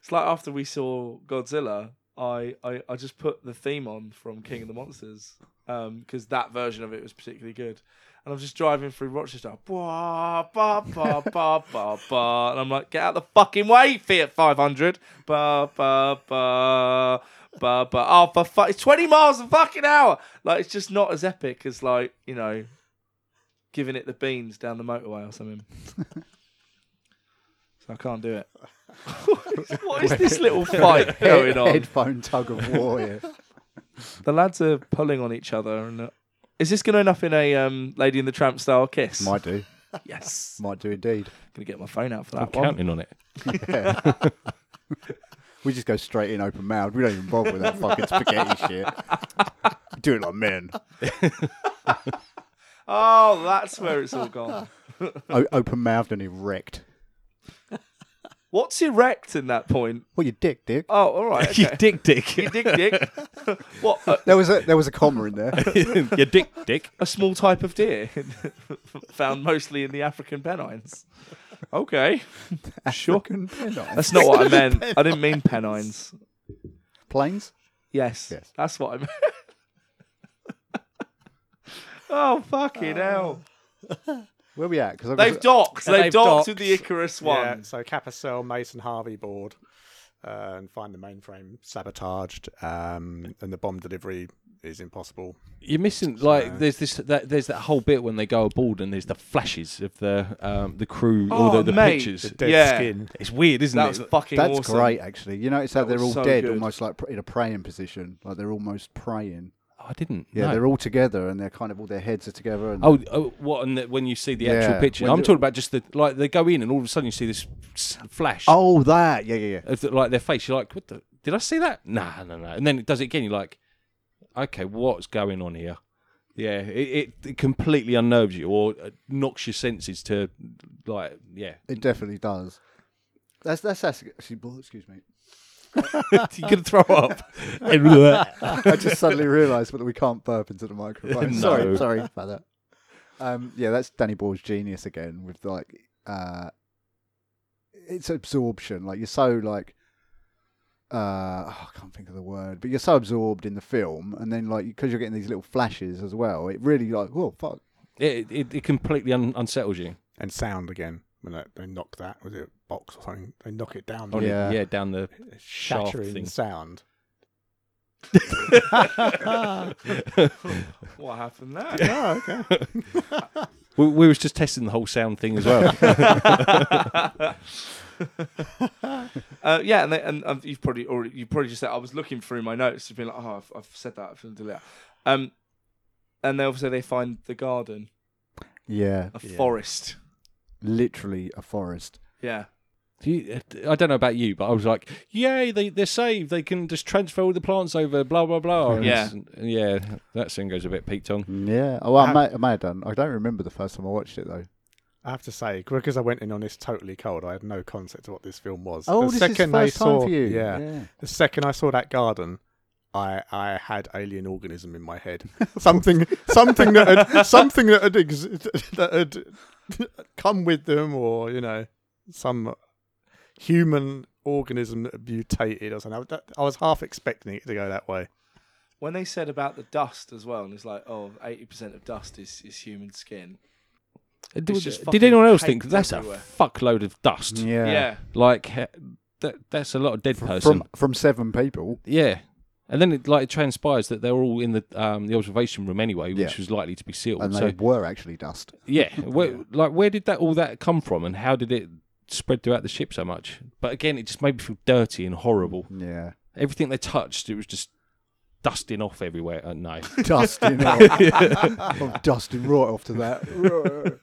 It's like after we saw Godzilla, I, I, I just put the theme on from King of the Monsters because um, that version of it was particularly good. And I'm just driving through Rochester, *laughs* ba ba ba ba ba ba, and I'm like, get out the fucking way, Fiat 500, ba ba ba ba ba. Oh, for fuck, it's 20 miles a fucking hour. Like it's just not as epic as like you know, giving it the beans down the motorway or something. so I can't do it. *laughs* what is this little fight going on? Headphone tug *laughs* of war. Here. The lads are pulling on each other, and uh, is this going to end up in a um, Lady in the Tramp style kiss? Might do. yes, Might do indeed. gonna get my phone out for I'm that one. counting on it. Yeah. *laughs* we just go straight in open mouth. We don't even bother *laughs* with that fucking spaghetti shit. We do it like men. Oh, that's where it's all gone. O- open mouthed and erect. What's erect in that point? Well, your dick, dick. Oh, all right. *laughs* Your Okay. dick, dick. you dig, dick. *laughs* what? A, There was a there was a comma in there. Your dick, dick. a small type of deer *laughs* found mostly in the African Pennines. Okay, *laughs* sure. Fucking penile. That's not what I meant. I didn't mean Pennines. Planes. Yes, Yes. that's what I meant. *laughs* oh fucking hell! Where we at? Because They've docked. They've, They've docked, docked. with the Icarus one. Yeah, so Capacel, Mason Harvey board, uh, and find the mainframe sabotaged, um, and the bomb delivery is impossible. You're missing like there's this that there's that whole bit when they go aboard and there's the flashes of the um, the crew Oh, or the, the mate. pictures. Dead Yeah. skin. It's weird, isn't That it? was fucking That's awesome. great, actually. You notice how they're was all so dead, good. almost like pr- in a praying position, like they're almost praying. oh, I didn't. Yeah, know. they're all together, and they're kind of all their heads are together. And Oh, oh what? And the, when you see the actual Yeah, picture, when I'm the- talking about just the like they go in and all of a sudden you see this s- flash oh, that. Yeah, yeah, yeah. of the, like their face. You're like, what the? Did I see that? Nah, no, no. And then it does it again. You're like, okay, what's going on here? Yeah, it, it, it completely unnerves you or uh, knocks your senses to like yeah. It definitely does. That's that's actually. well, Excuse me. *laughs* You're gonna throw up. *laughs* I just suddenly realised that we can't burp into the microphone. No. Sorry, *laughs* sorry about that. Um, yeah, that's Danny Boyle's genius again with like uh, it's absorption. Like you're so like uh, oh, I can't think of the word, but you're so absorbed in the film, and then like because you're getting these little flashes as well, it really like oh fuck. it, it it completely un- unsettles you. And sound again when they, they knock that was it a box or something? They knock it down. On it, with Yeah. Oh, yeah, down *laughs* the *laughs* a shaft Shattering thing. sound. What happened *laughs* there? *laughs* Oh, okay. We, we was just testing the whole sound thing *laughs* as well. uh, yeah, and, they, and um, you've probably already you probably just said I was looking through my notes to be like, oh, I've, I've said that. I've said that. Um, and they obviously they find the garden, Yeah, a forest. literally a forest. Yeah. Do you- I don't know about you, but I was like, "Yay, they they're saved. They can just transfer all the plants over." Blah blah blah. And Yeah. it's- yeah. That soon goes a bit peaked on. Yeah. Oh, I How- may, I may have done. I don't remember the first time I watched it though. I have to say, because I went in on this totally cold, I had no concept of what this film was. Oh, the this is second I first time saw- for you. yeah. The second I saw that garden, I I had alien organism in my head. *laughs* Something something that had, something that had, ex- *laughs* that had come with them, or you know, some human organism that had mutated or something. I, I was half expecting it to go that way. When they said about the dust as well, and it's like, oh, 80% of dust is, is human skin. Did, just did fucking anyone else think caked that's everywhere. a fuckload of dust? Yeah. *laughs* yeah. Like he- that, that's a lot of dead person. From from seven people. yeah. And then it like it transpires that they're all in the um, the observation room anyway, which Yeah. was likely to be sealed. And so they were actually dust. *laughs* yeah, where, like where did that all that come from, and how did it spread throughout the ship so much? But again, it just made me feel dirty and horrible. Yeah. Everything they touched, it was just dusting off everywhere. Uh, no, *laughs* *laughs* Dust in I'm dusting right off to that.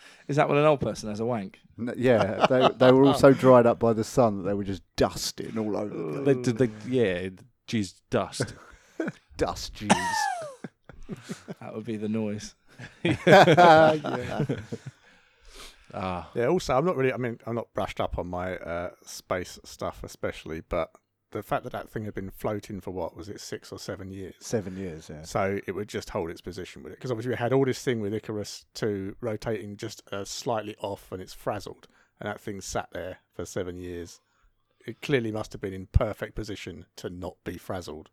*laughs* *laughs* Is that when an old person has a wank? N- yeah, they, they were all so dried up by the sun that they were just dusting all over the place. they, did *laughs* they, yeah, jizz *laughs* dust. Dust jeez. That would be the *laughs* noise. yeah. Ah, Yeah. Also, I'm not really. I mean, I'm not brushed up on my uh, space stuff, especially, but the fact that that thing had been floating for what was it, six or seven years? Seven years, yeah. So it would just hold its position with it, because obviously we had all this thing with Icarus two rotating just uh, slightly off, and it's frazzled, and that thing sat there for seven years. It clearly must have been in perfect position to not be frazzled.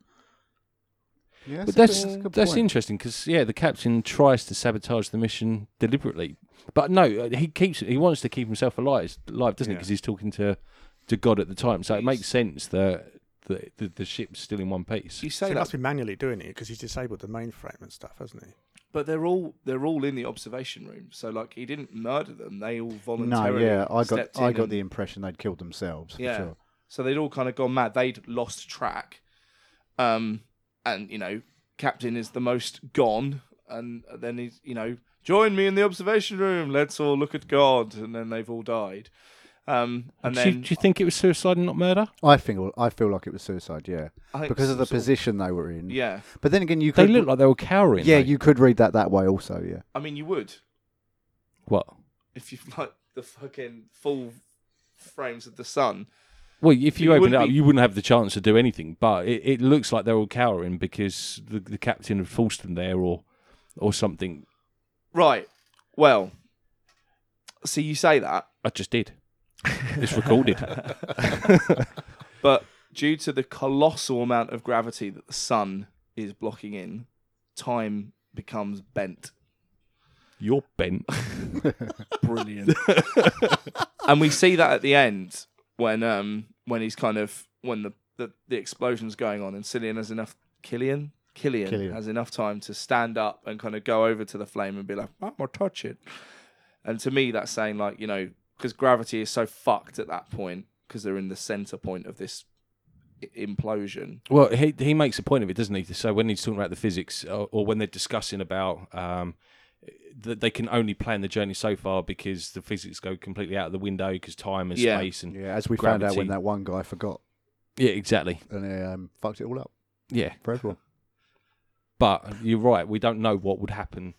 yeah but that's a good that's point. interesting because yeah, the captain tries to sabotage the mission deliberately, but no, uh, he keeps he wants to keep himself alive, alive, doesn't he? Yeah. Because he's talking to to God at the time, so it makes sense that. The, the, the ship's still in one piece. You say So he that, must be manually doing it because he's disabled the mainframe and stuff, hasn't he? but they're all they're all in the observation room. So like, he didn't murder them. They all No, voluntarily. yeah, I got stepped I in got and- the impression they'd killed themselves. For Yeah. Sure. So they'd all kind of gone mad. They'd lost track. Um, and, you know, Captain is the most gone. And then he's, you know, join me in the observation room. Let's all look at God. And then they've all died. Um, and do, you, then do you think it was suicide and not murder? I think I feel like it was suicide. Yeah, I think because of the some sort position they were in. yeah. But then again, you They could looked like they were cowering. yeah, though. you could read that that way also. Yeah, I mean, you would what? if you *laughs* like the fucking full frames of the sun. Well, if you opened You it wouldn't up, be- you wouldn't have the chance to do anything. But it, it looks like they're all cowering because the, the captain had forced them there, or or something. Right. Well, see, you say that. I just did. It's *laughs* recorded. But due to the colossal amount of gravity that the sun is blocking in, time becomes bent. You're bent. *laughs* Brilliant. and we see that at the end when um when he's kind of when the the, the explosion's going on and Cillian has enough Killian Killian, Killian. has enough time to stand up and kind of go over to the flame and be like, "I'm gonna touch it." And to me, that's saying like you know because gravity is so fucked at that point because they're in the center point of this i- implosion. Well, he he makes a point of it, doesn't he? So when he's talking about the physics, uh, or, or when they're discussing about um, that they can only plan the journey so far because the physics go completely out of the window because time and Yeah. space and yeah. As we found out when Gravity. that one guy forgot yeah, exactly. and he um, fucked it all up Yeah, for everyone. but you're right. We don't know what would happen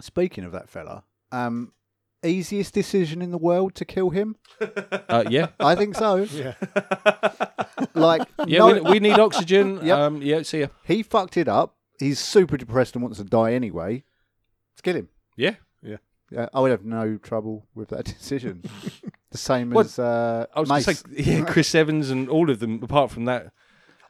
Speaking of that fella, um, easiest decision in the world to kill him? Uh, yeah, I think so. yeah. *laughs* Like *laughs* yeah. no, We, we need oxygen. *laughs* Yep. Um, yeah, see ya. he fucked it up. He's super depressed and wants to die anyway. Let's kill him. Yeah. Yeah, I would have no trouble with that *laughs* decision. the same What- as uh, I was Mace. just like, *laughs* yeah, Chris Evans and all of them. Apart from that,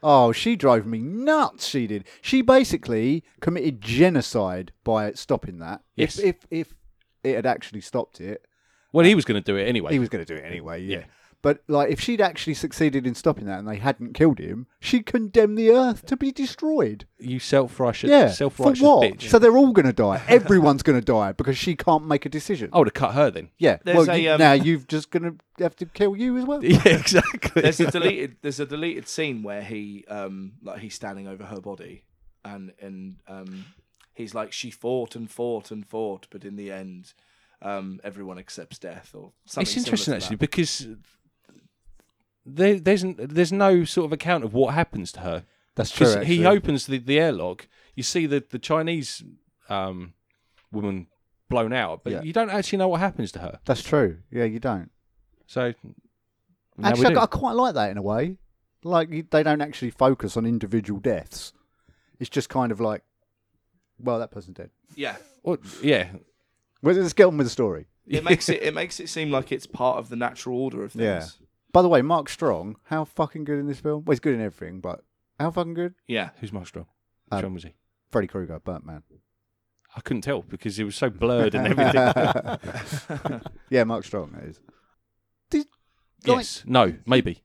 Oh, she drove me nuts. She did. She basically committed genocide by stopping that. Yes. If if, if it had actually stopped it, well, he was going to do it anyway. he was going to do it anyway. Yeah. Yeah. But like, if she'd actually succeeded in stopping that and they hadn't killed him, she'd condemn the Earth to be destroyed. you self-righteous, Yeah. For self-righteous what? bitch. So they're all going to die. Everyone's going to die because she can't make a decision. I would have cut her then. yeah. There's well, you- a, um, now you've just going to have to kill you as well. *laughs* Yeah, exactly. there's a deleted there's a deleted scene where he um like he's standing over her body and and um he's like she fought and fought and fought but in the end um everyone accepts death or something it's interesting similar to actually because there, there's n- there's no sort of account of what happens to her. That's true. Because he actually. opens the, the airlock, you see the the Chinese um, woman blown out, but Yeah. you don't actually know what happens to her. That's true. Yeah, you don't. So now we Actually, do. I, I quite like that in a way. Like you- they don't actually focus on individual deaths. It's just kind of like, well, that person's dead. *laughs* that. yeah Well, yeah, Well, let's get on with the story. It makes it it makes it seem like it's part of the natural order of things. Yeah. By the way, Mark Strong, how fucking good in this film? Well, he's good in everything, but how fucking good? Yeah. Who's Mark Strong? Um, Which one was he? Freddy Krueger, Batman. I couldn't tell because it was so *laughs* blurred and everything. yeah, Mark Strong that is. *laughs* Did, like, yes. No. Maybe.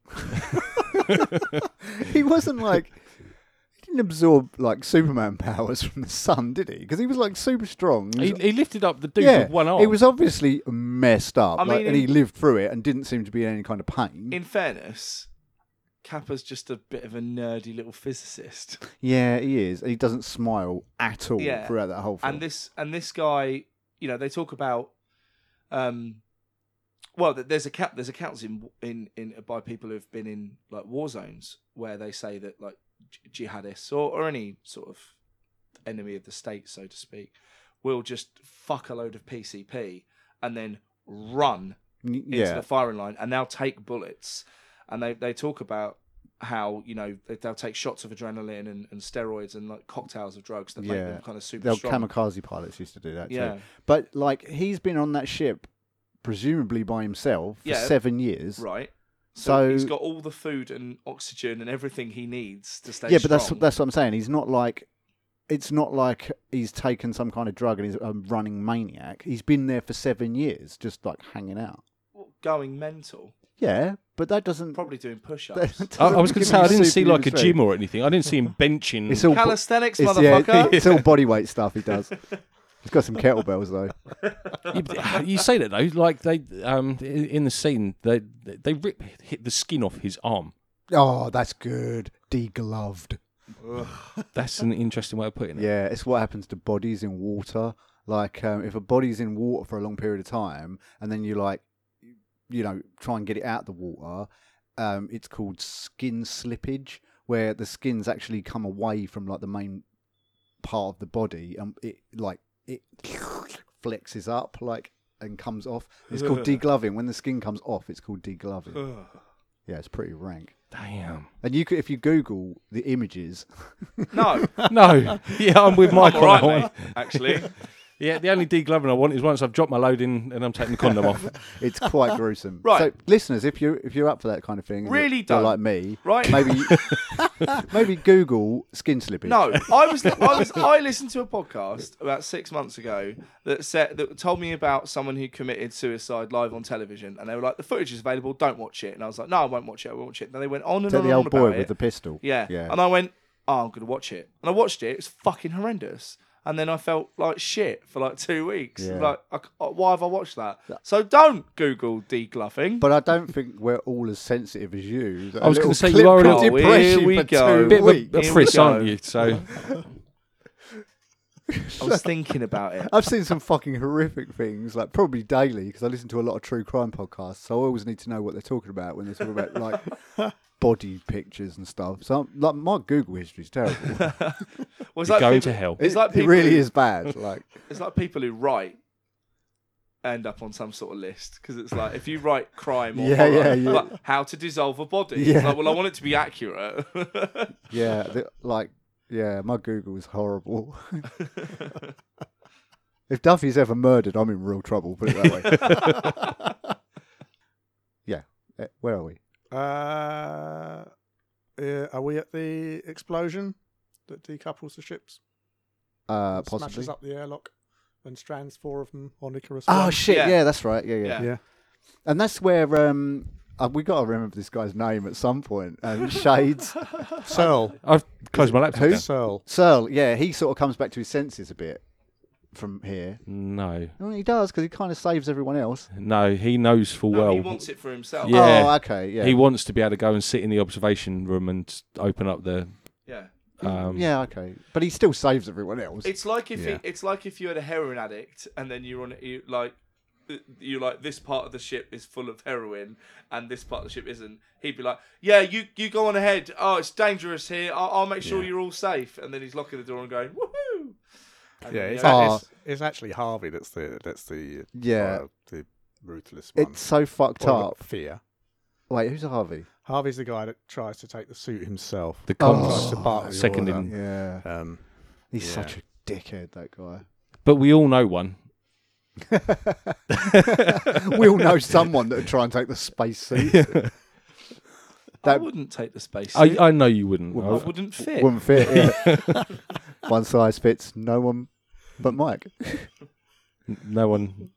he wasn't like he didn't absorb like Superman *laughs* powers from the sun, did he? Because he was like super strong. He, was- he lifted up the dude yeah, with one arm. He was obviously messed up, I like, mean, and he in- lived through it and didn't seem to be in any kind of pain. In fairness, Kappa's just a bit of a nerdy little physicist. yeah, he is. He doesn't smile at all Yeah. throughout that whole film. and this and this guy you know they talk about um well th- there's a count there's accounts in in in by people who've been in like war zones where they say that like j- jihadists or, or any sort of enemy of the state so to speak will just fuck a load of pcp and then run N- into yeah, the firing line and they'll take bullets and they, they talk about how you know they- they'll take shots of adrenaline and, and steroids and like cocktails of drugs that make Yeah. them kind of super the old strong. kamikaze pilots used to do that Yeah. too. But like, he's been on that ship presumably by himself for Yeah. seven years. Right. So, So- he's got all the food and oxygen and everything he needs to stay. yeah, but that's strong. that's what I'm saying. He's not like it's not like he's taken some kind of drug and he's a running maniac. He's been there for seven years, just like hanging out. Well, going mental, Yeah, but that *laughs* doesn't. *laughs* probably doing push-ups. that I, I was doesn't give going to say you I didn't see like a superhuman gym strength. or anything. I didn't *laughs* see him benching. It's all *laughs* Calisthenics, it's, yeah, motherfucker. it's all body weight stuff he *laughs* does. he's got some kettlebells though. you, you say that though, like they um in, in the scene they they rip hit the skin off his arm. Oh, that's good. Degloved. *laughs* That's an interesting way of putting it. Yeah, it's what happens to bodies in water. Like, um, if a body's in water for a long period of time, and then you like, you know, try and get it out of the water, um, it's called skin slippage, where the skins actually come away from like the main part of the body, and it like it *laughs* flexes up like and comes off. It's called degloving. When the skin comes off, it's called *laughs* degloving. Yeah, it's pretty rank. Damn. And you could, if you Google the images, *laughs* no, No. *laughs* yeah, I'm with Mike I'm on all right, that one. mate, actually. Yeah, the only degloving I want is once I've dropped my load in and I'm taking the condom *laughs* off. It's quite gruesome. *laughs* Right. So, listeners, if you're if you're up for that kind of thing, and you're- Really you're don't. like me, Right. Maybe *laughs* *laughs* maybe Google skin slippage. No, I was, I was, I listened to a podcast about six months ago that said that told me about someone who committed suicide live on television, and they were like, "The footage is available, don't watch it." And I was like, "No, I won't watch it. I won't watch it." And then they went on and Is that on the and old on boy about with it. the pistol. Yeah. Yeah. And I went, oh, I'm going to watch it. And I watched it. It was fucking horrendous. And then I felt like shit for like two weeks. Yeah. Like, I c- uh, why have I watched that? So don't Google degluffing. but I don't think we're all as sensitive as you. I was going gonna to say, you are a little- depression Here we for go. two Bit of a, weeks. a Here we priss, go. aren't you? So I was thinking *laughs* about it. I've seen some fucking horrific things, like probably daily, because I listen to a lot of true crime podcasts. So I always need to know what they're talking about when they talk about like *laughs* body pictures and stuff. So like my Google history is terrible. Was you're like going people, to hell. It's like it people, really is bad. Like It's like people who write end up on some sort of list because it's like if you write crime or *laughs* Yeah, horror, yeah, yeah. like, how to dissolve a body. It's Yeah. like, well, I want it to be accurate. *laughs* Yeah, the, like yeah, my Google is horrible. if Duffy's ever murdered, I'm in real trouble. Put it that way. yeah, eh, where are we? Uh, uh, are we at the explosion that decouples the ships? Uh, that Smashes possibly. up the airlock and strands four of them on Icarus. Oh One? shit! Yeah. Yeah. that's right. Yeah, yeah, Yeah. Yeah. And that's where um, uh, we got to remember this guy's name at some point. Um, *laughs* Shades Searle. I've closed my laptop. Who? down. Searle. Searle. Yeah, he sort of comes back to his senses a bit from here. No. Well, he does because he kind of saves everyone else. No, he knows full No, well. he wants it for himself. Yeah. Oh, okay. Yeah. He wants to be able to go and sit in the observation room and open up the yeah. um, Mm, yeah. Okay. But he still saves everyone else. It's like if Yeah. it, it's like if you had a heroin addict and then you're on you like you like this part of the ship is full of heroin and this part of the ship isn't. He'd be like, "Yeah, you you go on ahead. Oh, it's dangerous here. I'll, I'll make sure you're all safe." And then he's locking the door and going, "Woohoo!" And Yeah, then it's, the other- Oh. it's, it's actually Harvey that's the that's the Yeah. uh, the ruthless one. It's so fucked Or up. the fear. Wait, who's Harvey? Harvey's the guy that tries to take the suit himself. the Oh. Tries cons. to part with the second order. in. Yeah. Um, He's Yeah. such a dickhead, that guy. But we all know one. we all *laughs* know someone that would try and take the space seat. I That- wouldn't take the space. I, suit. I, I know you wouldn't. I- wouldn't fit. Wouldn't fit. *laughs* yeah. one size fits no one but Mike. no one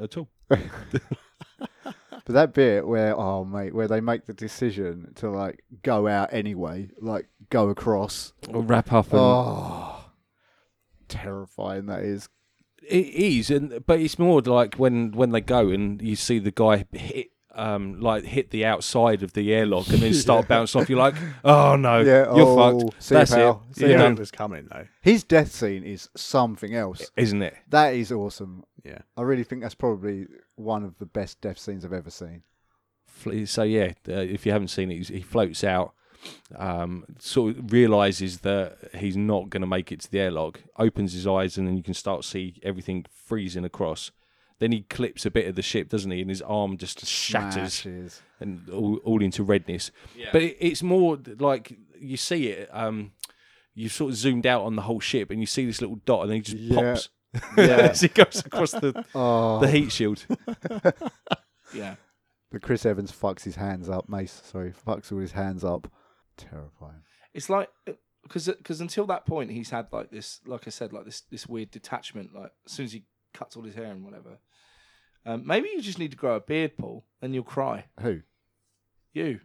at all. But that bit where, oh mate, where they make the decision to like go out anyway, like go across. Or wrap up. And Oh, terrifying that is. It is, and but it's more like when when they go and you see the guy hit. Um, like hit the outside of the airlock and then start *laughs* bouncing off. You're like, oh no, Yeah, you're oh, fucked. see you, That's pal. it. See You're you. done, was coming though. His death scene is something else. isn't it? That is awesome. Yeah. I really think that's probably one of the best death scenes I've ever seen. Fl- So yeah, uh, if you haven't seen it, he's- he floats out, um, sort of realizes that he's not going to make it to the airlock. Opens his eyes, and then you can start to see everything freezing across. Then he clips a bit of the ship, doesn't he? And his arm just shatters Smashes. and all, all into redness. But it, it's more like you see it. Um, you sort of zoomed out on the whole ship, and you see this little dot, and then he just Yeah. pops Yeah. *laughs* as he goes across the, oh, the heat shield. Yeah. but Chris Evans fucks his hands up. Mace, sorry, fucks all his hands up. Terrifying. It's like uh, because because until that point he's had like this, like I said, like this this weird detachment. Like as soon as he cuts all his hair and whatever, um, maybe you just need to grow a beard, Paul, and you'll cry. Who? You,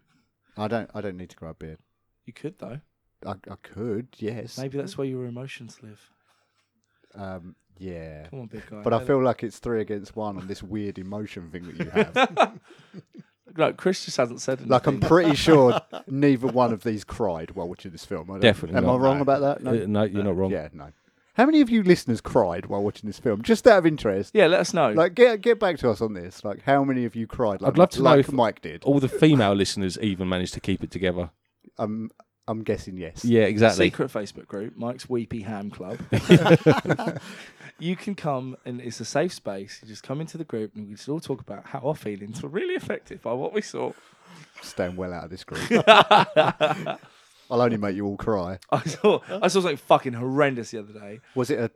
I don't. I don't need to grow a beard. you could though. I, I could, yes. Maybe that's where your emotions live. Um, yeah. Come on, big guy. But I feel like it's three against one on this weird emotion thing *laughs* that you have. like Chris just hasn't said anything. Like I'm *laughs* pretty sure neither one of these cried while watching this film. I don't- Definitely Am not, I wrong no. about that? No. Uh, no, you're not wrong. Yeah, no. How many of you listeners cried while watching this film? Just out of interest. yeah, let us know. Like get get back to us on this. Like how many of you cried? Like, I'd love to know like if- Mike did. All the female listeners even managed to keep it together. Um, I'm guessing yes. Yeah, exactly. secret Facebook group, Mike's Weepy *laughs* Ham Club. you can come and it's a safe space. You just come into the group and we just all talk about how our feelings were really affected by what we saw. *laughs* Staying well out of this group. *laughs* I'll only make you all cry. *laughs* I saw I saw something fucking horrendous the other day. Was it a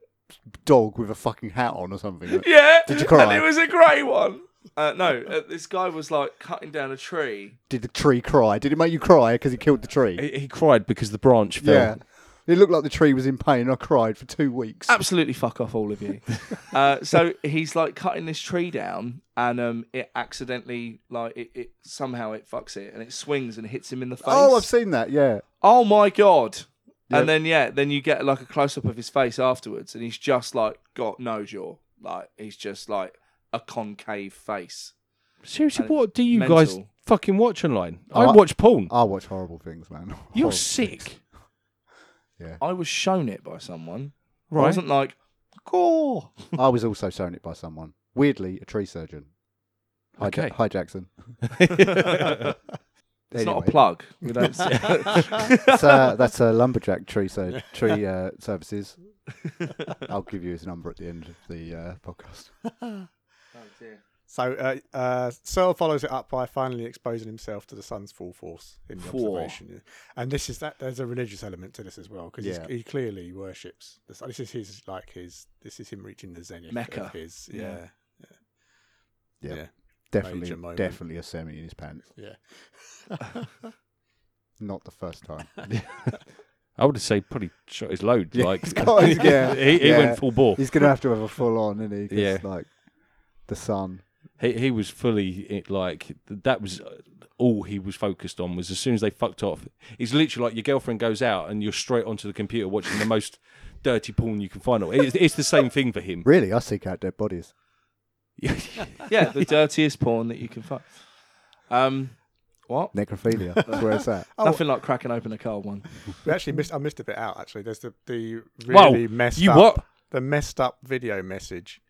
dog with a fucking hat on or *laughs* something? Yeah, Did you cry? And it was a grey one. Uh, no, uh, this guy was like cutting down a tree. Did the tree cry? Did it make you cry because he killed the tree? He, he cried because the branch fell. Yeah. It looked like the tree was in pain. and I cried for two weeks. Absolutely fuck off, all of you. *laughs* uh, so he's like cutting this tree down, and um, it accidentally like it, it somehow it fucks it, and it swings and hits him in the face. Oh, I've seen that. Yeah. oh my god and then yeah then you get like a close-up of his face afterwards and he's just like got no jaw like he's just like a concave face Seriously, And what do you mental. guys fucking watch online? I Oh, I- watch porn. I watch horrible things, man. You're Horrible things. sick, i was shown it by someone i right? wasn't like gore I was also shown it by someone. Weirdly, a tree surgeon. Hi, Ja- Okay. hi *laughs* Jackson. *laughs* it's not Anyway. a plug we don't see- That's, uh, that's a lumberjack tree sur- tree uh, services. I'll give you his number at the end of the uh, podcast. So uh, uh, Searle follows it up by finally exposing himself to the sun's full force in the Four. observation, and this is that. There's a religious element to this as well because Yeah. he clearly worships. The sun. This is his like his. This is him reaching the zenith Mecca. of his. Yeah. Yeah, Yeah, Yeah. definitely, Major moment. definitely a semi in his pants. yeah. Not the first time. I would say probably shot his load. Yeah, Like he's got- he's- yeah, *laughs* he, he yeah. went full bore. He's gonna have to have a full on, isn't he? 'Cause, Yeah. Like the sun. He, he was fully it, like that was uh, all he was focused on. Was as soon as they fucked off, it's literally like your girlfriend goes out and you're straight onto the computer watching the most dirty porn you can find. It's, it's the same thing for him. *laughs* Really, I seek out dead bodies. yeah the dirtiest porn that you can find um what Necrophilia. That's where it's Oh. at. nothing like cracking open a cold one We actually missed. I missed a bit out. Actually, there's the the Whoa, really messed you up. what? The messed up video message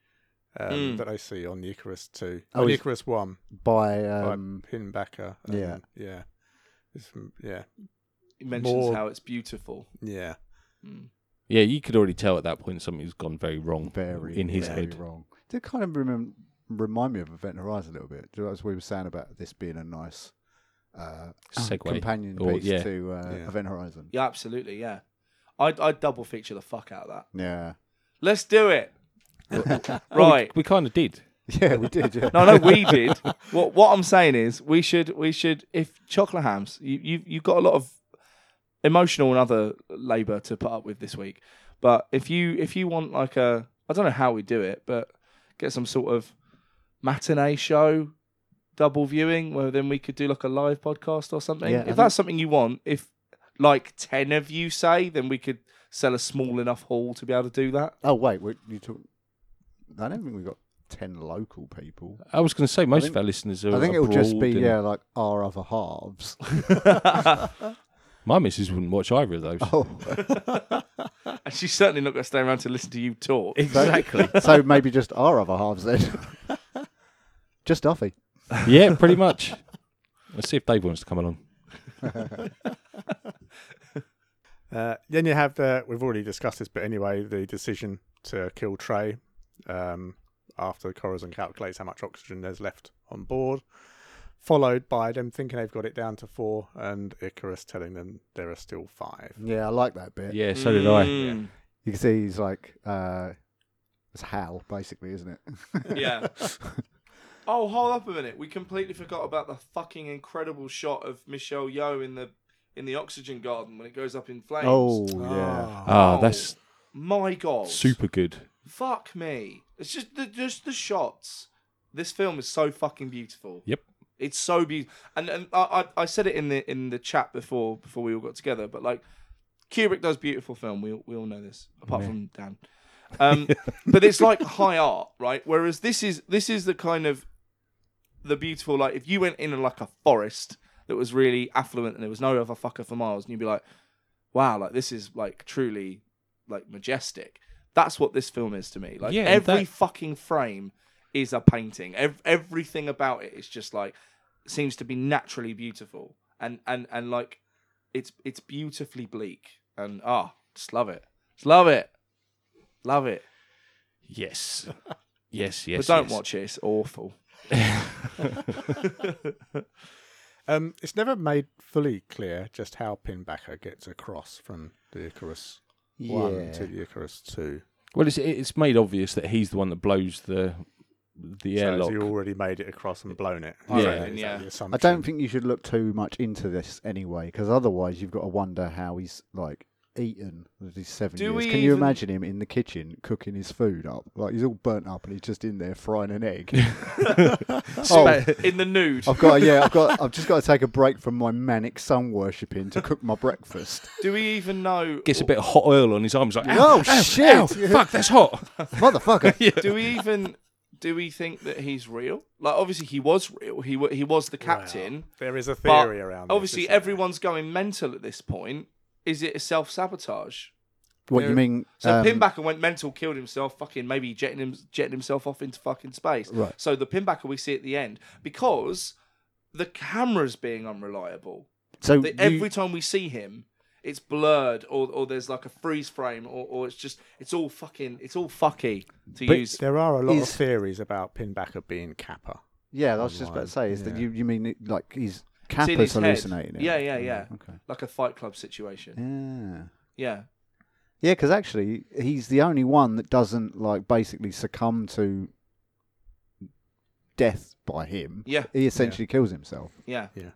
um, Mm. that I see on the Icarus two. Oh, on the is- Icarus one By by um, Pinbacker. yeah. um, yeah. It's from- yeah, it mentions More- how it's beautiful Mm. yeah. Yeah, you could already tell at that point something's gone very wrong very in his very head. wrong. Did kind of remem remind me of Event Horizon a little bit. Do you know, as we were saying about this being a nice uh, Segue. companion Or- piece yeah. to uh, Yeah. Event Horizon. yeah absolutely yeah i'd, I'd double feature the fuck out of that Yeah. let's do it Right. We kind of did. *laughs* Yeah, we did. Yeah. No, no, we did. What what I'm saying is we should we should if chocolate hams you you you've got a lot of emotional and other labour to put up with this week, but if you if you want like a I don't know how we do it, but get some sort of matinee show double viewing where then we could do like a live podcast or something. Yeah, I if that's something you want, if like ten of you say, then we could sell a small enough hall to be able to do that. *laughs* Oh wait, we you talk. I don't think we got ten local people. I was going to say most think- of our listeners are. I think it will just abroad be and yeah, like our other *laughs* halves. *laughs* My missus wouldn't watch either *laughs* of those. *laughs* Oh, *laughs* And she's certainly not going to stay around to listen to you talk. Exactly. *laughs* so maybe just our other halves then. *laughs* just Duffy. yeah, pretty much. Let's see if Dave wants to come along. Uh, then you have the we've already discussed this, but anyway, the decision to kill Trey um, after Corazon calculates how much oxygen there's left on board, followed by them thinking they've got it down to four, and Icarus telling them there are still five. Yeah, I like that bit. Yeah, so did I. Mm. You can see he's like, uh, it's Hal basically, isn't it? Yeah. *laughs* Oh, hold up a minute. We completely forgot about the fucking incredible shot of Michelle Yeoh in the in the oxygen garden when it goes up in flames. Oh Oh yeah. Uh, Ah, that's my god. super good. Fuck me. It's just the just the shots. This film is so fucking beautiful. Yep. It's so beautiful. And and I, I I said it in the in the chat before before we all got together, but like Kubrick does beautiful film. We all- we all know this, apart from Dan. Um, but it's like high art, right? Whereas this is this is the kind of the beautiful like if you went in like a forest that was really affluent and there was no other fucker for miles, and you'd be like, wow, like this is like truly like majestic. That's what this film is to me. Like Yeah, and every that- fucking frame is a painting. Ev- everything about it is just like seems to be naturally beautiful and and and like it's it's beautifully bleak and ah, just love it. Just love it. Love it. Yes. *laughs* Yes, yes. but don't yes. watch it. It's awful. Um, it's never made fully clear just how Pinbacker gets across from the Icarus one to the Icarus two. Well, it's it's made obvious that he's the one that blows the the So airlock. has he already made it across and blown it. I Is reckon, that- is that yeah. the I don't assumption? think you should look too much into this anyway, because otherwise you've got to wonder how he's like eaten with his seven Do years. we Can you even- imagine him in the kitchen cooking his food up? Like he's all burnt up and he's just in there frying an egg. *laughs* oh, In the nude. I've got yeah, I've got I've just got to take a break from my manic sun worshipping to cook my *laughs* breakfast. Do we even know Gets a bit of hot oil on his arms. Like, Oh, ow, ow, shit. ow, fuck, that's *laughs* hot. *laughs* Motherfucker. do we even do we think that he's real? Like obviously he was real. He wa- he was the captain. there is a but theory around. this, Obviously isn't there? everyone's going mental at this point. Is it a self sabotage? *laughs* What you mean? So um, Pinbacker went mental, killed himself, fucking maybe jetting him, jetting himself off into fucking space. Right. So the Pinbacker we see at the end because the camera's being unreliable. so The- you- every time we see him, it's blurred or or there's like a freeze frame or or it's just it's all fucking it's all fucky to use. There are a lot is- of theories about Pinbacker being Kappa. yeah, I was just about to say is that Yeah. you you mean it- like he's It's in Kappa's his head. hallucinating? it? Oh, Yeah, yeah, yeah. Okay. Like a Fight Club situation. Yeah. Yeah. Yeah, because actually, he's the only one that doesn't like basically succumb to death by him. Yeah. He essentially kills himself, Yeah. Yeah.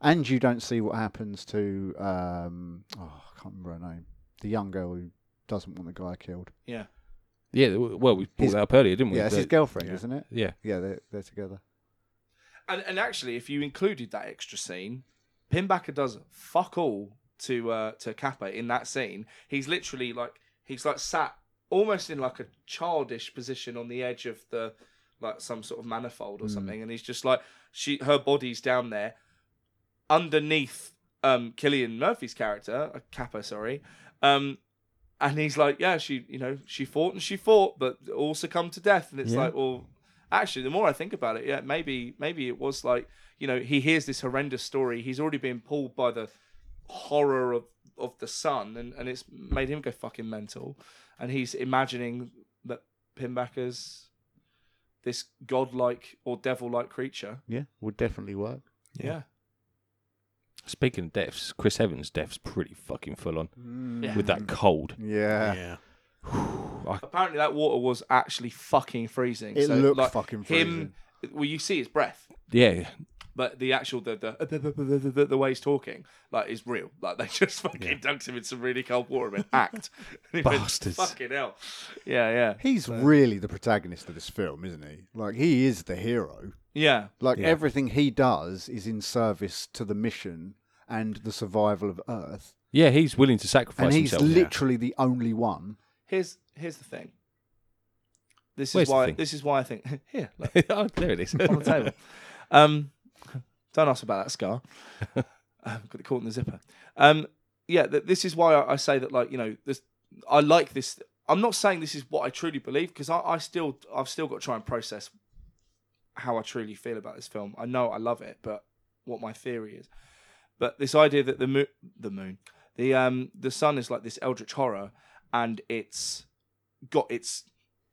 and you don't see what happens to um, oh, I can't remember her name, the young girl who doesn't want the guy killed. Yeah. Yeah, well, we brought His- that up earlier, didn't we? Yeah, it's his That- girlfriend, yeah. isn't it? yeah. Yeah, they're they're together. And and actually, if you included that extra scene, Pinbacker does fuck all to uh, to Kappa in that scene. He's literally like he's like sat almost in like a childish position on the edge of the like some sort of manifold or something, and he's just like she her body's down there underneath um Killian Murphy's character, uh, Kappa, sorry. Um and he's like, Yeah, she you know, she fought and she fought, but all succumbed to death. And it's Yeah. like, well, actually the more I think about it, yeah, maybe maybe it was like, you know, he hears this horrendous story, he's already been pulled by the horror of of the sun and, and it's made him go fucking mental. And he's imagining that Pinbacker's this godlike or devil like creature. Yeah, would definitely work. Yeah. Speaking of deaths, Chris Evans' death's pretty fucking full on Yeah. with that cold. *laughs* *laughs* Yeah. yeah. I, Apparently, that water was actually fucking freezing. It so, looked like, fucking Him, well, you see his breath, yeah, but the actual the Uh, the the, the, the, the, the way he's talking like is real. Like they *laughs* just fucking dunked him in some really cold water and went, act. *laughs* And he went, Bastards. fucking hell. Yeah, yeah, He's really the protagonist of this film, isn't he? Like he is the hero. yeah. Like everything he does is in service to the mission and the survival of Earth. yeah, he's willing to sacrifice and he's himself. literally the only one. Here's here's the thing. This is Where's the why thing? this is why I think *laughs* here look, *laughs* oh, there it is. on the table. Um, don't ask about that scar. I've got it caught in the zipper. Um, yeah, th- this is why I, I say that. Like you know, this I like this. I'm not saying this is what I truly believe because I, I still I've still got to try and process how I truly feel about this film. I know I love it, but what my theory is. But this idea that the moon, the moon, the um, the sun is like this eldritch horror, and it's got its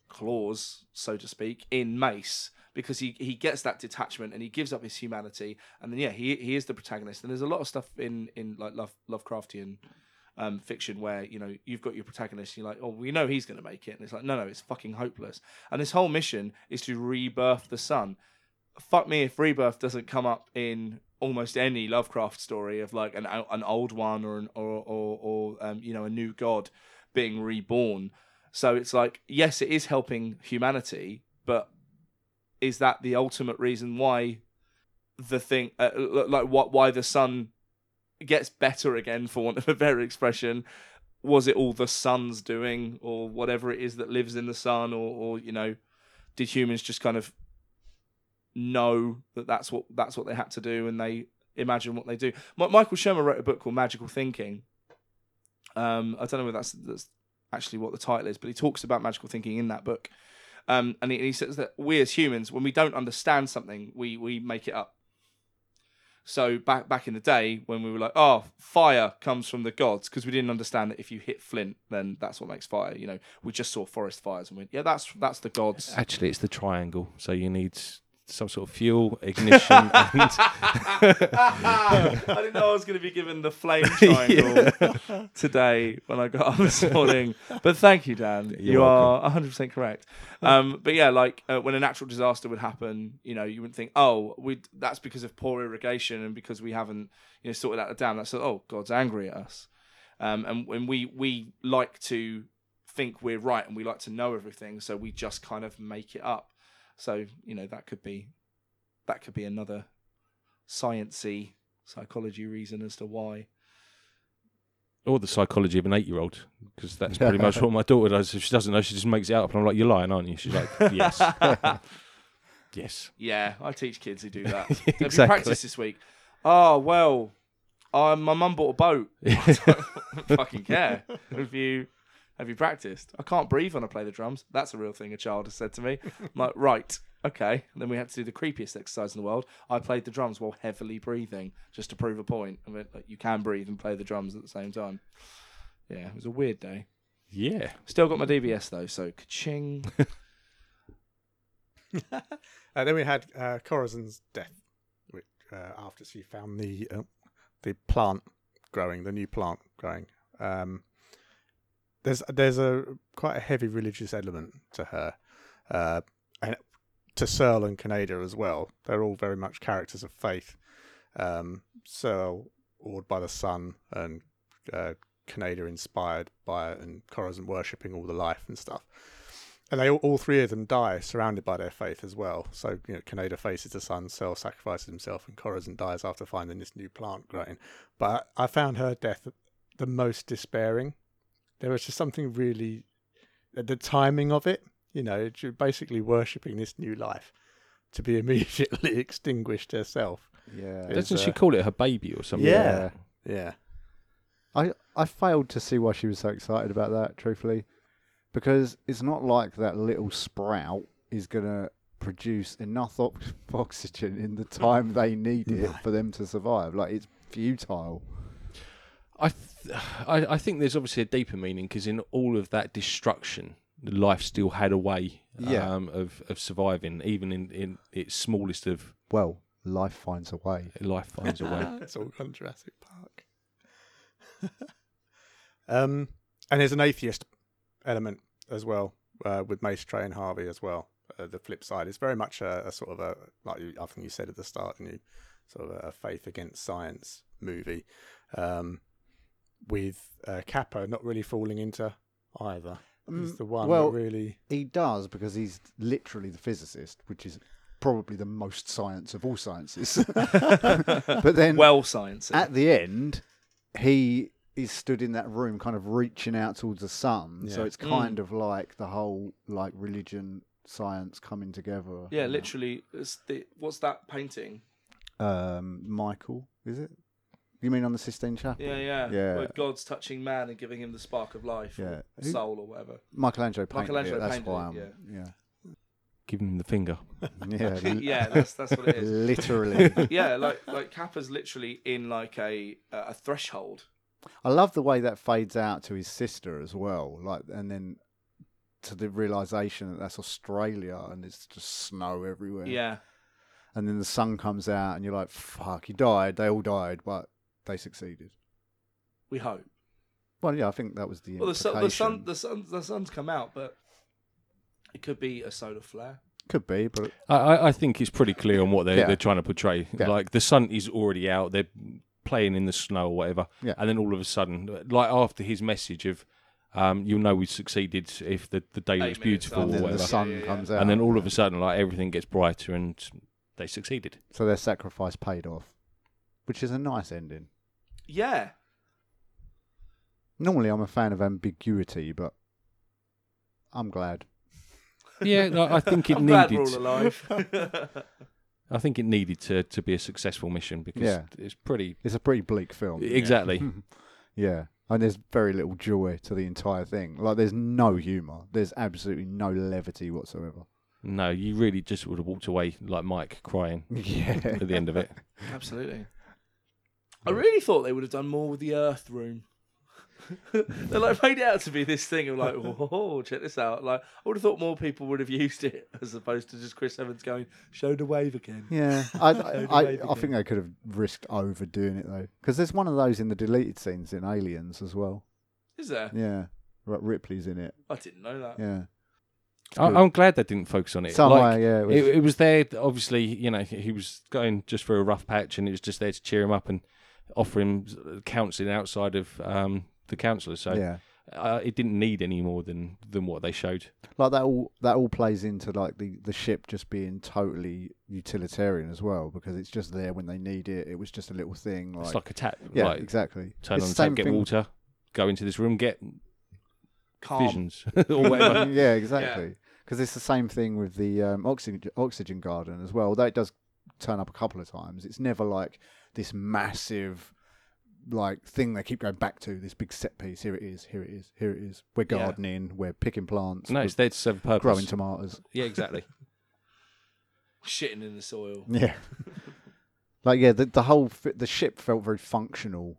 claws, so to speak, in Mace because he, he gets that detachment and he gives up his humanity and then yeah he he is the protagonist and there's a lot of stuff in in like Love, Lovecraftian um, fiction where you know you've got your protagonist and you're like oh we know he's going to make it and it's like no no it's fucking hopeless and this whole mission is to rebirth the sun fuck me if rebirth doesn't come up in almost any Lovecraft story of like an an old one or an or or, or um, you know a new god being reborn. So it's like yes, it is helping humanity, but is that the ultimate reason why the thing uh, l- like what why the sun gets better again for want of a better expression? Was it all the sun's doing or whatever it is that lives in the sun or or you know did humans just kind of know that that's what that's what they had to do and they imagine what they do. Mi- Michael Shermer wrote a book called Magical Thinking. Um, I don't know if that's that's actually what the title is, but he talks about magical thinking in that book. Um, and he, he says that we as humans, when we don't understand something, we we make it up. So back back in the day when we were like, oh, fire comes from the gods, because we didn't understand that if you hit flint, then that's what makes fire. You know, we just saw forest fires and went, yeah, that's that's the gods. Actually, it's the triangle. So you need some sort of fuel, *laughs* ignition, and I didn't know I was going to be given the flame triangle today when I got up this morning. But thank you, Dan. You're You're welcome. 100% correct. Um, but yeah, like uh, when a natural disaster would happen, you know, you wouldn't think, oh, we that's because of poor irrigation and because we haven't you know sorted out the dam. That's oh, God's angry at us. Um, and when we we like to think we're right and we like to know everything, so we just kind of make it up. So you know that could be that could be another sciency psychology reason as to why. or the psychology of an eight-year-old, because that's pretty much what my daughter does. If she doesn't know, she just makes it up, and I'm like, "You're lying, aren't you?" She's like, "Yes, yes." Yeah, I teach kids who do that. Have you *laughs* Exactly. practiced this week? Oh well, uh, my mum bought a boat. *laughs* I don't fucking care. Have you? Have you practiced? I can't breathe when I play the drums. That's a real thing a child has said to me. I'm like, right, okay. And then we had to do the creepiest exercise in the world. I played the drums while heavily breathing, just to prove a point. I mean, like, you can breathe and play the drums at the same time. Yeah, it was a weird day. *laughs* Yeah, Still got my DBS though, so ka-ching. *laughs* Uh, then we had uh, Corazon's death, which, uh, after she found the uh, the plant growing, the new plant growing. Um, there's there's a quite a heavy religious element to her, uh, and to Searle and Canada as well. They're all very much characters of faith. Um, Searle awed by the sun, and uh, Canada inspired by it, and Corazon worshipping all the life and stuff and they all, all three of them die surrounded by their faith as well. So you know, Kaneda faces the sun, Cell sacrifices himself, and Corazon dies after finding this new plant growing. But I found her death the most despairing. There was just something really, the- the timing of it. You know, she was basically worshipping this new life to be *laughs* immediately extinguished herself. Yeah. doesn't uh, she call it her baby or something? Yeah. Yeah, I, I failed to see why she was so excited about that, truthfully, because it's not like that little sprout is going to produce enough o- *laughs* oxygen in the time they need it for them to survive. Like, it's futile. I, th- *sighs* I, I think there's obviously a deeper meaning because in all of that destruction, life still had a way Yeah. um, of, of surviving, even in, in its smallest of Well, life finds a way. life finds *laughs* a way. *laughs* it's all gone Jurassic Park. *laughs* um, and there's an atheist element as well uh, with Mace Trey and Harvey as well. Uh, the flip side is very much a, a sort of a like you, I think you said at the start, and you sort of a faith against science movie um, with uh, Kappa not really falling into either. He's Mm, the one well, that really He does because he's literally the physicist, which is probably the most science of all sciences. *laughs* but then Well, science. at the end, he is stood in that room, kind of reaching out towards the sun. So Yeah. it's kind of like the whole like religion science coming together. yeah, literally. It's the, what's that painting? Um, Michael, is it? You mean on the Sistine Chapel? Yeah, yeah. Yeah. Where God's touching man and giving him the spark of life, Yeah. or Who- soul, *laughs* or whatever. Michelangelo painted Michelangelo it. That's painted why I'm. it, Yeah. *laughs* Giving him the finger. Yeah. *laughs* yeah, that's that's what it is. literally. *laughs* yeah, like like Kappa's literally in like a a threshold. I love the way that fades out to his sister as well, like, and then to the realization that that's Australia and it's just snow everywhere. Yeah, And then the sun comes out, and you're like, "Fuck, he died. They all died, but they succeeded." we hope. Well, yeah, I think that was the Well, the sun, the sun, implication. the sun, the sun's come out, but it could be a solar flare. Could be, but I, I, I think it's pretty clear on what they're, Yeah. they're trying to portray. Yeah. Like the sun is already out. They're playing in the snow or whatever. Yeah. And then all of a sudden, like after his message of, um, you'll know we succeeded if the, the day Eight looks minutes beautiful or and after. then whatever. the sun Oh, Yeah, yeah, yeah. comes out, and then all of a sudden, like everything gets brighter and they succeeded. so their sacrifice paid off, which is a nice ending. Yeah, Normally, I'm a fan of ambiguity, but I'm glad. Yeah, no, I *laughs* think it I'm glad we're all needed. alive. *laughs* I think it needed to, to be a successful mission because Yeah. it's pretty It's a pretty bleak film. *laughs* exactly. *laughs* Yeah. And there's very little joy to the entire thing. Like, there's no humour. There's absolutely no levity whatsoever. No, you really just would have walked away like Mike crying *laughs* Yeah. at the end of it. Absolutely. I really thought they would have done more with the Earth room. *laughs* they like made it out to be this thing *laughs* of like, whoa, check this out. Like, I would have thought more people would have used it *laughs* as opposed to just Chris Evans going, show the wave again. *laughs* Yeah. I, I, I, I think they could have risked overdoing it, though. Because there's one of those in the deleted scenes in Aliens as well. Is there? Yeah. Right, Ripley's in it. I didn't know that. Yeah. I, good. I'm glad they didn't focus on it. Somewhere, Like, yeah. It was, it, it was there, obviously, you know, he was going just for a rough patch and it was just there to cheer him up and offer him counselling outside of um, the counsellor. So yeah. uh, it didn't need any more than, than what they showed. Like, that all, that all plays into, like, the, the ship just being totally utilitarian as well, because it's just there when they need it. It was just a little thing. Like, It's like a tap. yeah, like, exactly. Turn It's on the the same tap, get thing- water, go into this room, get Oh. Calm. visions *laughs* *laughs* or whatever. yeah, exactly. Because it's the same thing with the um, oxygen oxygen garden as well. Although it does turn up a couple of times, it's never like this massive like thing they keep going back to. This big set piece. Here it is. Here it is. Here it is. We're Yeah. gardening. We're picking plants. no, we're it's there to serve a purpose. growing tomatoes. *laughs* yeah, exactly. Shitting in the soil. Yeah. like yeah, the the whole fi- the ship felt very functional,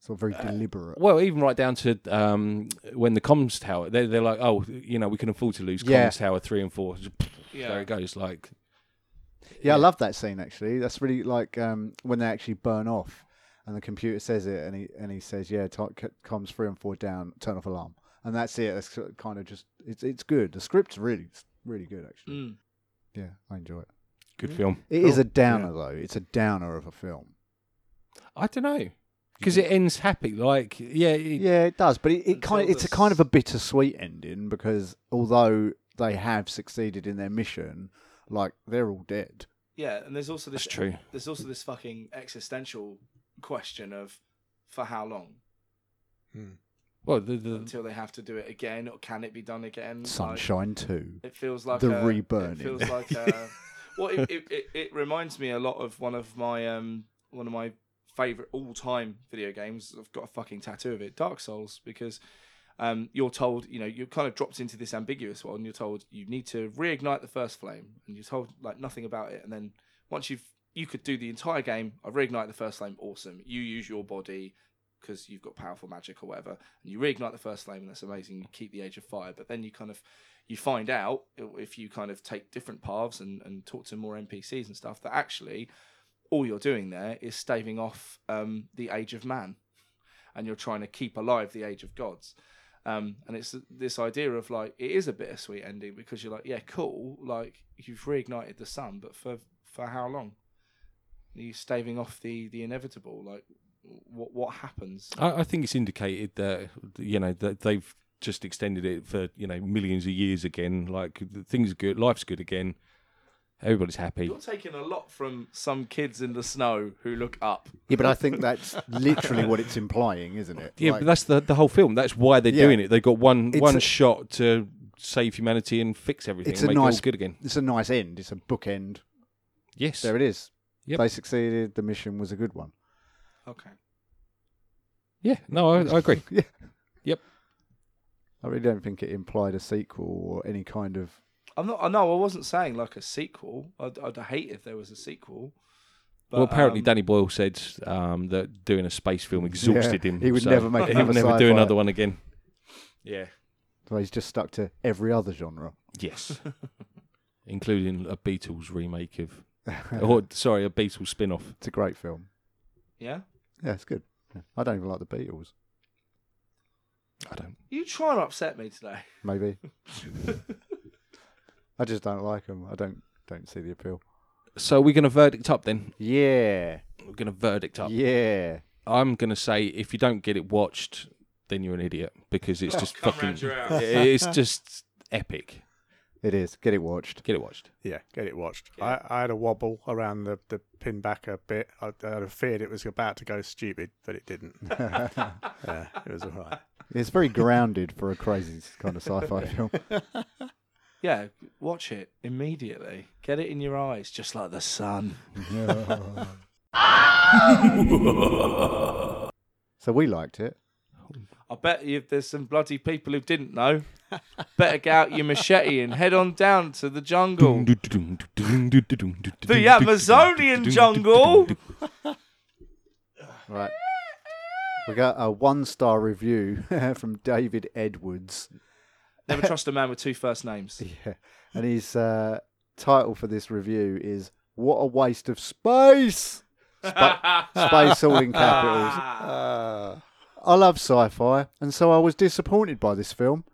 sort of very Uh, deliberate. Well, even right down to um, when the comms tower, they're, they're like, oh, you know, we can afford to lose Yeah. comms tower three and four. There Yeah. it goes. Like, Yeah, I love that scene actually. That's really like um, when they actually burn off, and the computer says it, and he and he says, "Yeah, t- c- comms three and four down, turn off alarm," and that's it. That's sort of kind of just it's it's good. The script's really it's really good actually. Mm. Yeah, I enjoy it. good Hmm. film. It is a downer though. It's a downer of a film. I don't know. Because it ends happy. Like, yeah, it, Yeah, it does, but it, it kind of, Until it's a the kind of s- a bittersweet ending because although they have succeeded in their mission, like they're all dead. Yeah, and there's also this that's true. there's also this fucking existential question of for how long? hmm. Well, the, the, Until they have to do it again or can it be done Mm, again? Like- Sunshine too. It feels like The a, reburning. It feels *laughs* like a, well, it, it, it, it reminds me a lot of one of my um one of my favorite all time video games. I've got a fucking tattoo of it, Dark Souls, because um you're told you know you're kind of dropped into this ambiguous one. You're told you need to reignite the first flame, and you're told like nothing about it. And then once you've you could do the entire game. I reignite the first flame. Awesome. You use your body because you've got powerful magic or whatever, and you reignite the first flame, and that's amazing. You keep the age of fire, but then you kind of you find out if you kind of take different paths and, and talk to more NPCs and stuff that actually all you're doing there is staving off um, the age of man, and you're trying to keep alive the age of gods. Um, and it's this idea of like it is a bittersweet ending because you're like, yeah, cool, like you've reignited the sun, but for for how long? Are you staving off the the inevitable? Like, what what happens? I, I think it's indicated that you know that they've just extended it for you know millions of years again. Like th- things are good, life's good again. Everybody's happy. You're taking a lot from some kids in the snow who look up. Yeah, but I *laughs* think that's literally what it's implying, isn't it? Yeah, Like, but that's the the whole film. That's why they're Yeah. doing it. They've got one It's one a- shot to save humanity and fix everything. it's a and make it all nice good again. It's a nice end. It's a bookend. Yes. There it is. Yep. They succeeded. The mission was a good one. Okay. yeah. No, I, I agree. *laughs* Yeah. Yep. I really don't think it implied a sequel or any kind of. I'm not. I know I wasn't saying like a sequel. I'd, I'd hate if there was a sequel. But, well, apparently um, Danny Boyle said um, that doing a space film exhausted Yeah, him. he would so never make He another would never do sci-fi. another one again. Yeah. So he's just stuck to every other genre. *laughs* Yes. Including a Beatles remake of, *laughs* or sorry, a Beatles spin-off. *laughs* It's a great film. yeah. Yeah, it's good. I don't even like the Beatles. I don't. You trying to upset me today? *laughs* *laughs* Maybe. I just don't like them. I don't don't see the appeal. So we're going to verdict up then. Yeah, We're going to verdict up. yeah. I'm going to say if you don't get it watched, then you're an idiot *laughs* because it's just come fucking. round your *laughs* house. it's just epic. It is. Get it watched. Get it *laughs* watched. Yeah, get it watched. I, I had a wobble around the, the pin back a bit. I, I feared it was about to go stupid, but it didn't. yeah, it was all right. It's very grounded for a crazy kind of *laughs* sci-fi film. Yeah, watch it immediately. Get it in your eyes, just like the sun. *laughs* So we liked it. I bet you there's some bloody people who didn't know. Better get out your machete and head on down to *laughs* the jungle. The Amazonian jungle! Right. We got a one-star review *laughs* from David Edwards. Never trust a man with two first names. Yeah. *laughs* And his uh, title for this review is "What a waste of space." Spa- space all in capitals. I love sci fi, and so I was disappointed by this film.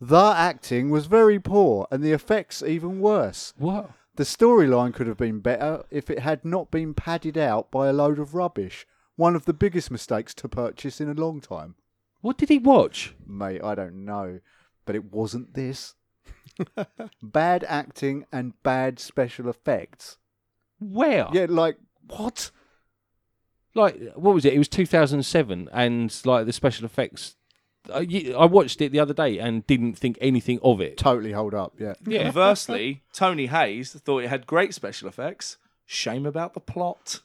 The acting was very poor, and the effects even worse. What? The storyline could have been better if it had not been padded out by a load of rubbish. One of the biggest mistakes to purchase in a long time. What did he watch? Mate, I don't know, but it wasn't *laughs* this. bad acting and bad special effects. Where? Yeah, like, what? Like, what was it? It was 2007, and like the special effects. I, ye- I watched it the other day and didn't think anything of it. Totally hold up, yeah. Yeah. Conversely, Tony Hayes thought it had great special effects. Shame about the plot.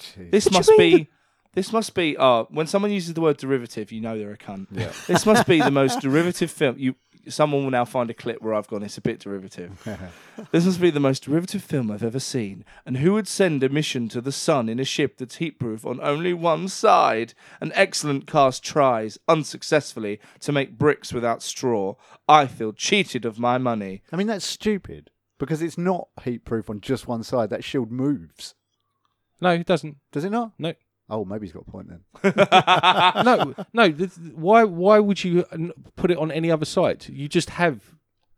Jeez. This What do you must mean be. This must be. Uh, when someone uses the word derivative, you know they're a cunt. *laughs* This must be the most derivative film. You. Someone will now find a clip where I've gone. It's a bit derivative. this must be the most derivative film I've ever seen. And who would send a mission to the sun in a ship that's heatproof on only one side? An excellent cast tries unsuccessfully to make bricks without straw. I feel cheated of my money. I mean, that's stupid because it's not heat proof on just one side. That shield moves, No, it doesn't. does it not? No. Oh, maybe he's got a point *laughs* then. no, *laughs* no. th- th- Why? Why would you uh, n- put it on any other site? You just have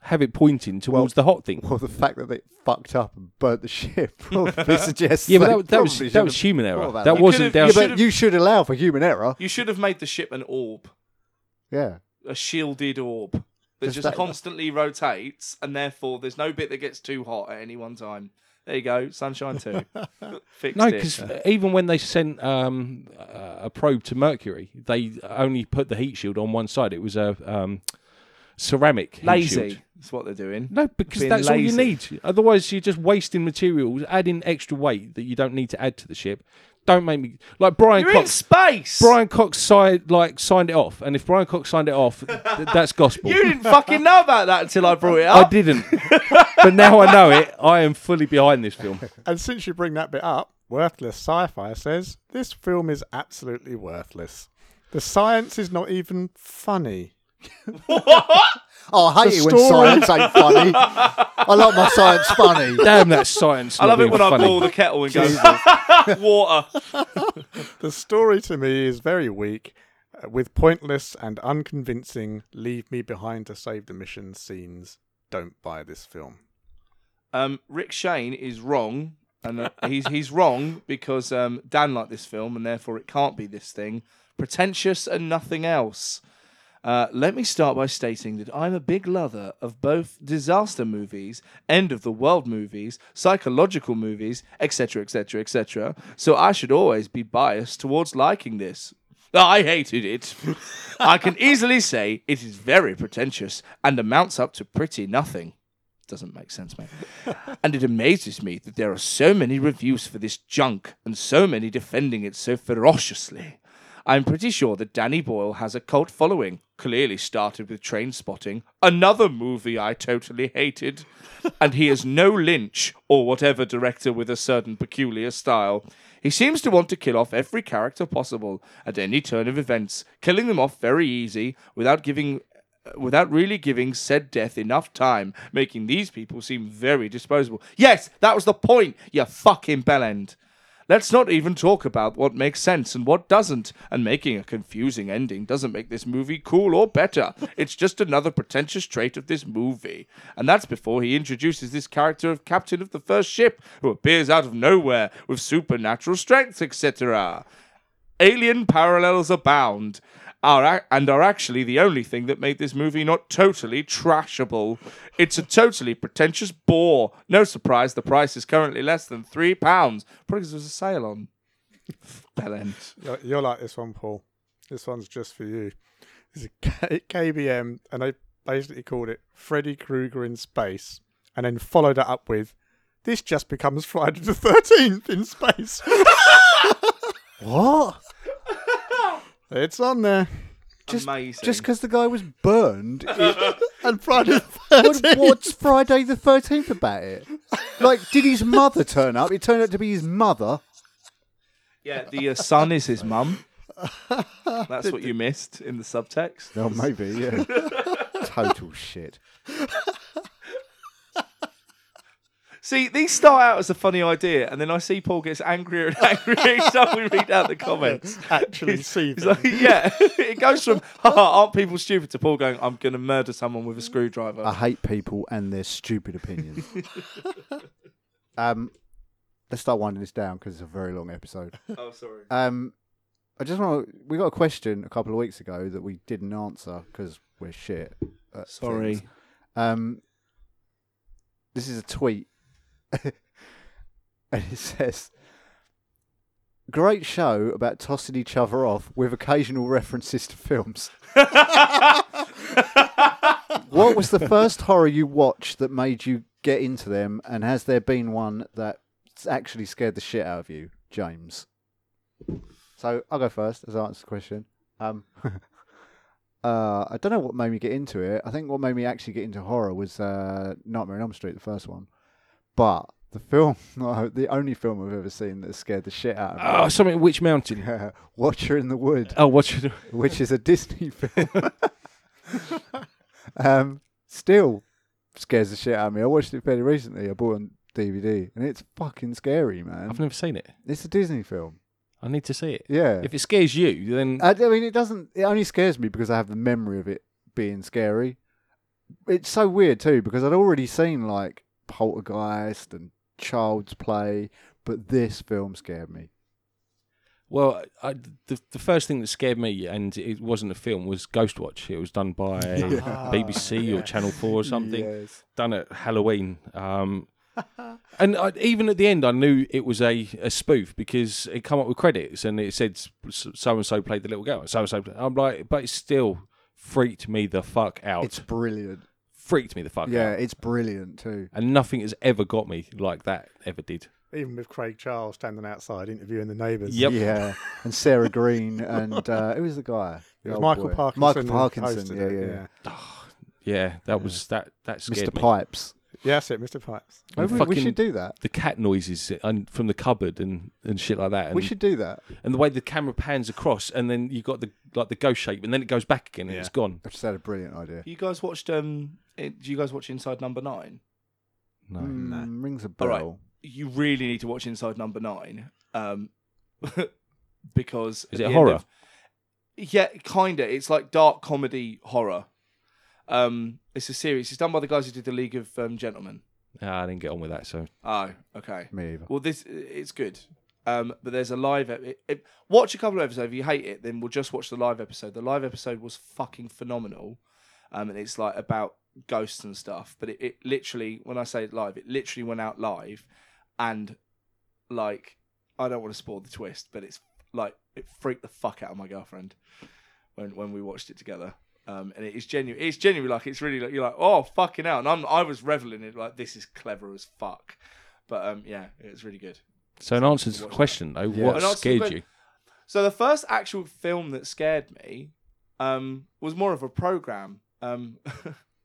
have it pointing towards the hot thing. Well, the fact that they fucked up and burnt the ship *laughs* probably suggests. Yeah, but they that, that was probably that was should human have thought error. about That that. wasn't You down. Yeah, could've- but you should allow for human error. You should have made the ship an orb. Yeah, a shielded orb that Just just, that- constantly rotates, and therefore there's no bit that gets too hot at any one time. There you go, sunshine *laughs* too. Fixed No, it. because even when they sent um, uh, a probe to Mercury, they only put the heat shield on one side. It was a um, ceramic heat lazy. shield. That's what they're doing. No, because Being that's all you lazy. need. Otherwise, you're just wasting materials, adding extra weight that you don't need to add to the ship. Don't make me like Brian You're in Cox. space. Brian Cox signed like signed it off, and if Brian Cox signed it off, th- that's gospel. you didn't fucking know about that until I brought *laughs* it I up. didn't, but now I know it. I am fully behind this film. And since you bring that bit up, Worthless Sci Fi says this film is absolutely worthless. The science is not even funny. oh, I hate The it when story- science ain't *laughs* funny. I like my science *laughs* funny. Damn, that science. I love not it when being I funny. boil the kettle and go *laughs* water. The story to me is very weak. Uh, With pointless and unconvincing leave me behind to save the mission scenes, don't buy this film. Um, Rick Shane is wrong, and uh, he's he's wrong because um, Dan liked this film, and therefore it can't be this thing. Pretentious and nothing else. Uh, let me start by stating that I'm a big lover of both disaster movies, end of the world movies, psychological movies, etc., etc., etc. So I should always be biased towards liking this. I hated it. *laughs* I can easily say it is very pretentious and amounts up to pretty nothing. Doesn't make sense, mate. *laughs* and it amazes me that there are so many reviews for this junk and so many defending it so ferociously. I'm pretty sure that Danny Boyle has a cult following, clearly started with Train Spotting, another movie I totally hated. and he is no Lynch or whatever director with a certain peculiar style. He seems to want to kill off every character possible at any turn of events, killing them off very easy without giving without really giving said death enough time, making these people seem very disposable. Yes, that was the point, you fucking bellend. Let's not even talk about what makes sense and what doesn't, and making a confusing ending doesn't make this movie cool or better. It's just another pretentious trait of this movie. And that's before he introduces this character of captain of the first ship, who appears out of nowhere with supernatural strength, etc. Alien parallels abound, are ac- and are actually the only thing that made this movie not totally trashable. It's a totally pretentious bore. No surprise, the price is currently less than three pounds. Probably 'cause there was a sale on. Bellend. You're, you're like this one, Paul. This one's just for you. It's a K- *laughs* KBM, and they basically called it Freddy Krueger in Space, and then followed it up with, This just becomes Friday the 13th *laughs* in space. What? it's on there. Just, Amazing. Just because the guy was *laughs* burned. And Friday the *laughs* what, 13th. what's Friday the 13th about it? Like, did his mother turn up? It turned out to be his mother. Yeah, the uh, son is his *laughs* mum. That's what you missed in the subtext. Oh, maybe, yeah. *laughs* Total shit. See, these start out as a funny idea, and then I see Paul gets angrier and *laughs* angrier each time we read out the *laughs* comments. Actually, *laughs* see. He's like, *laughs* yeah, it goes from "Haha, aren't people stupid?" to Paul going, "I'm going to murder someone with a screwdriver." Ah. I hate people and their stupid *laughs* opinions. um, let's start winding this down because it's a very long episode. oh, *laughs* sorry. Um, I just want to. We got a question a couple of weeks ago that we didn't answer because we're shit. at Sorry. things. Um, this is a tweet, *laughs* and it says, "Great show about tossing each other off with occasional references to films." what was the first horror you watched that made you get into them, and has there been one that actually scared the shit out of you, James? So I'll go first as I answer the question. Um, *laughs* uh, I don't know what made me get into it. I think what made me actually get into horror was uh, Nightmare on Elm Street, the first one. But the film, *laughs* the only film I've ever seen that scared the shit out of Oh, something. Which *laughs* mountain? me, Watcher in the Wood, Oh, what? should- which is a Disney *laughs* film. um, still scares the shit out of me. I watched it fairly recently. I bought it on DVD, and it's fucking scary, man. I've never seen it. It's a Disney film. I need to see it. Yeah. Uh, If it scares you, then I, I mean, it doesn't. It only scares me because I have the memory of it being scary. It's so weird too because I'd already seen like Poltergeist and Child's Play, but this film scared me. well, I, the the first thing that scared me, and it wasn't a film, was Ghostwatch. It was *laughs* done by Ah, Ah, BBC or Channel Four or something. Yes. done at Halloween. *laughs* Um, and I, even at the end, I knew it was a, a spoof because it come up with credits and it said so and so played the little girl, so and so. I'm like, but it still freaked me the fuck out. It's brilliant. freaked me the fuck Yeah, out. it's brilliant too. And nothing has ever got me like that ever did. Even with Craig Charles standing outside interviewing the neighbours. Yep. Yeah, and Sarah Green and uh, *laughs* who was the guy? The It was old Michael boy. Parkinson. Michael who Parkinson. hosted Yeah, it, yeah. Yeah, that was that that scared Mr. me. Pipes. Yeah, that's it, Mr. Pipes. And Maybe we- we fucking should do that. The cat noises and from the cupboard and, and shit like that. And, We should do that. and the way the camera pans across and then you got the like the ghost shape and then it goes back again and Yeah. it's gone. I just had a brilliant idea. You guys watched? Um, it, do you guys watch Inside Number Nine? No. Mm, rings a All bell. right. You really need to watch Inside Number Nine, um, *laughs* because Is at it the horror? end of- yeah, kinda. It's like dark comedy horror. Um, it's a series. It's done by the guys who did the League of um, Gentlemen. Ah, I didn't get on with that, so Oh, okay. Me either. Well, this it's good. Um, but there's a live. Ep- it, it- watch a couple of episodes. If you hate it, then we'll just watch the live episode. The live episode was fucking phenomenal, um, and it's like about ghosts and stuff. But it, it literally, when I say live, it literally went out live, and like I don't want to spoil the twist, but it's like it freaked the fuck out of my girlfriend when when we watched it together. Um, and it is genuine. It's genuine. Like it's really like you're like oh fucking hell. And I'm I was reveling in it like this is clever as fuck. But um, yeah, it's really good. so in answer to the question though, In what answer to the scared que- you? So the first actual film that scared me um, was more of a program. Um, *laughs*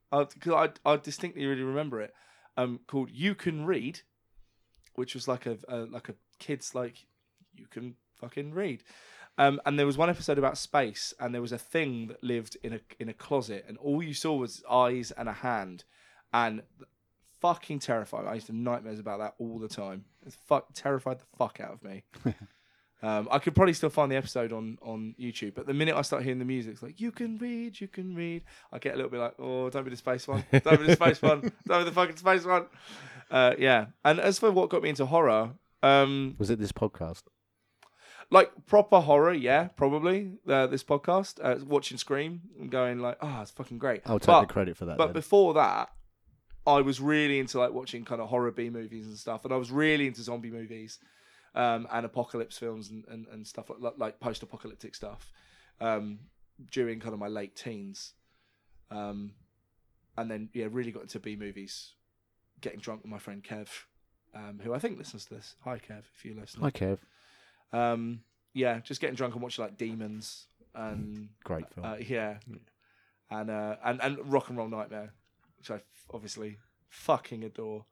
I, 'cause I, I distinctly really remember it um, called "You Can Read," which was like a, a like a kids like you can fucking read. Um, and there was one episode about space, and there was a thing that lived in a in a closet, and all you saw was eyes and a hand, and fucking terrifying. I used to have nightmares about that all the time. It's fuck terrified the fuck out of me. Um, I could probably still find the episode on, on YouTube, but the minute I start hearing the music, it's like you can read, you can read. I get a little bit like, oh, don't be the space one, don't be the space one, don't be the fucking space one. Uh, yeah. And as for what got me into horror, um, Was it this podcast? like proper horror, yeah, probably uh, this podcast, uh, watching Scream, and going like, ah, it's fucking great. I'll take But- the credit for that. but then. before that, I was really into like watching kind of horror B movies and stuff, and I was really into zombie movies um, and apocalypse films and, and, and stuff like- like like post apocalyptic stuff um, during kind of my late teens, um, and then yeah, really got into B movies, getting drunk with my friend Kev, um, who I think listens to this. Hi Kev, if you listen. Hi, Kev. Um, yeah, just getting drunk and watching like Demons and Great Oh. film. uh, yeah, and uh, and and Rock and Roll Nightmare, which I f- obviously fucking adore.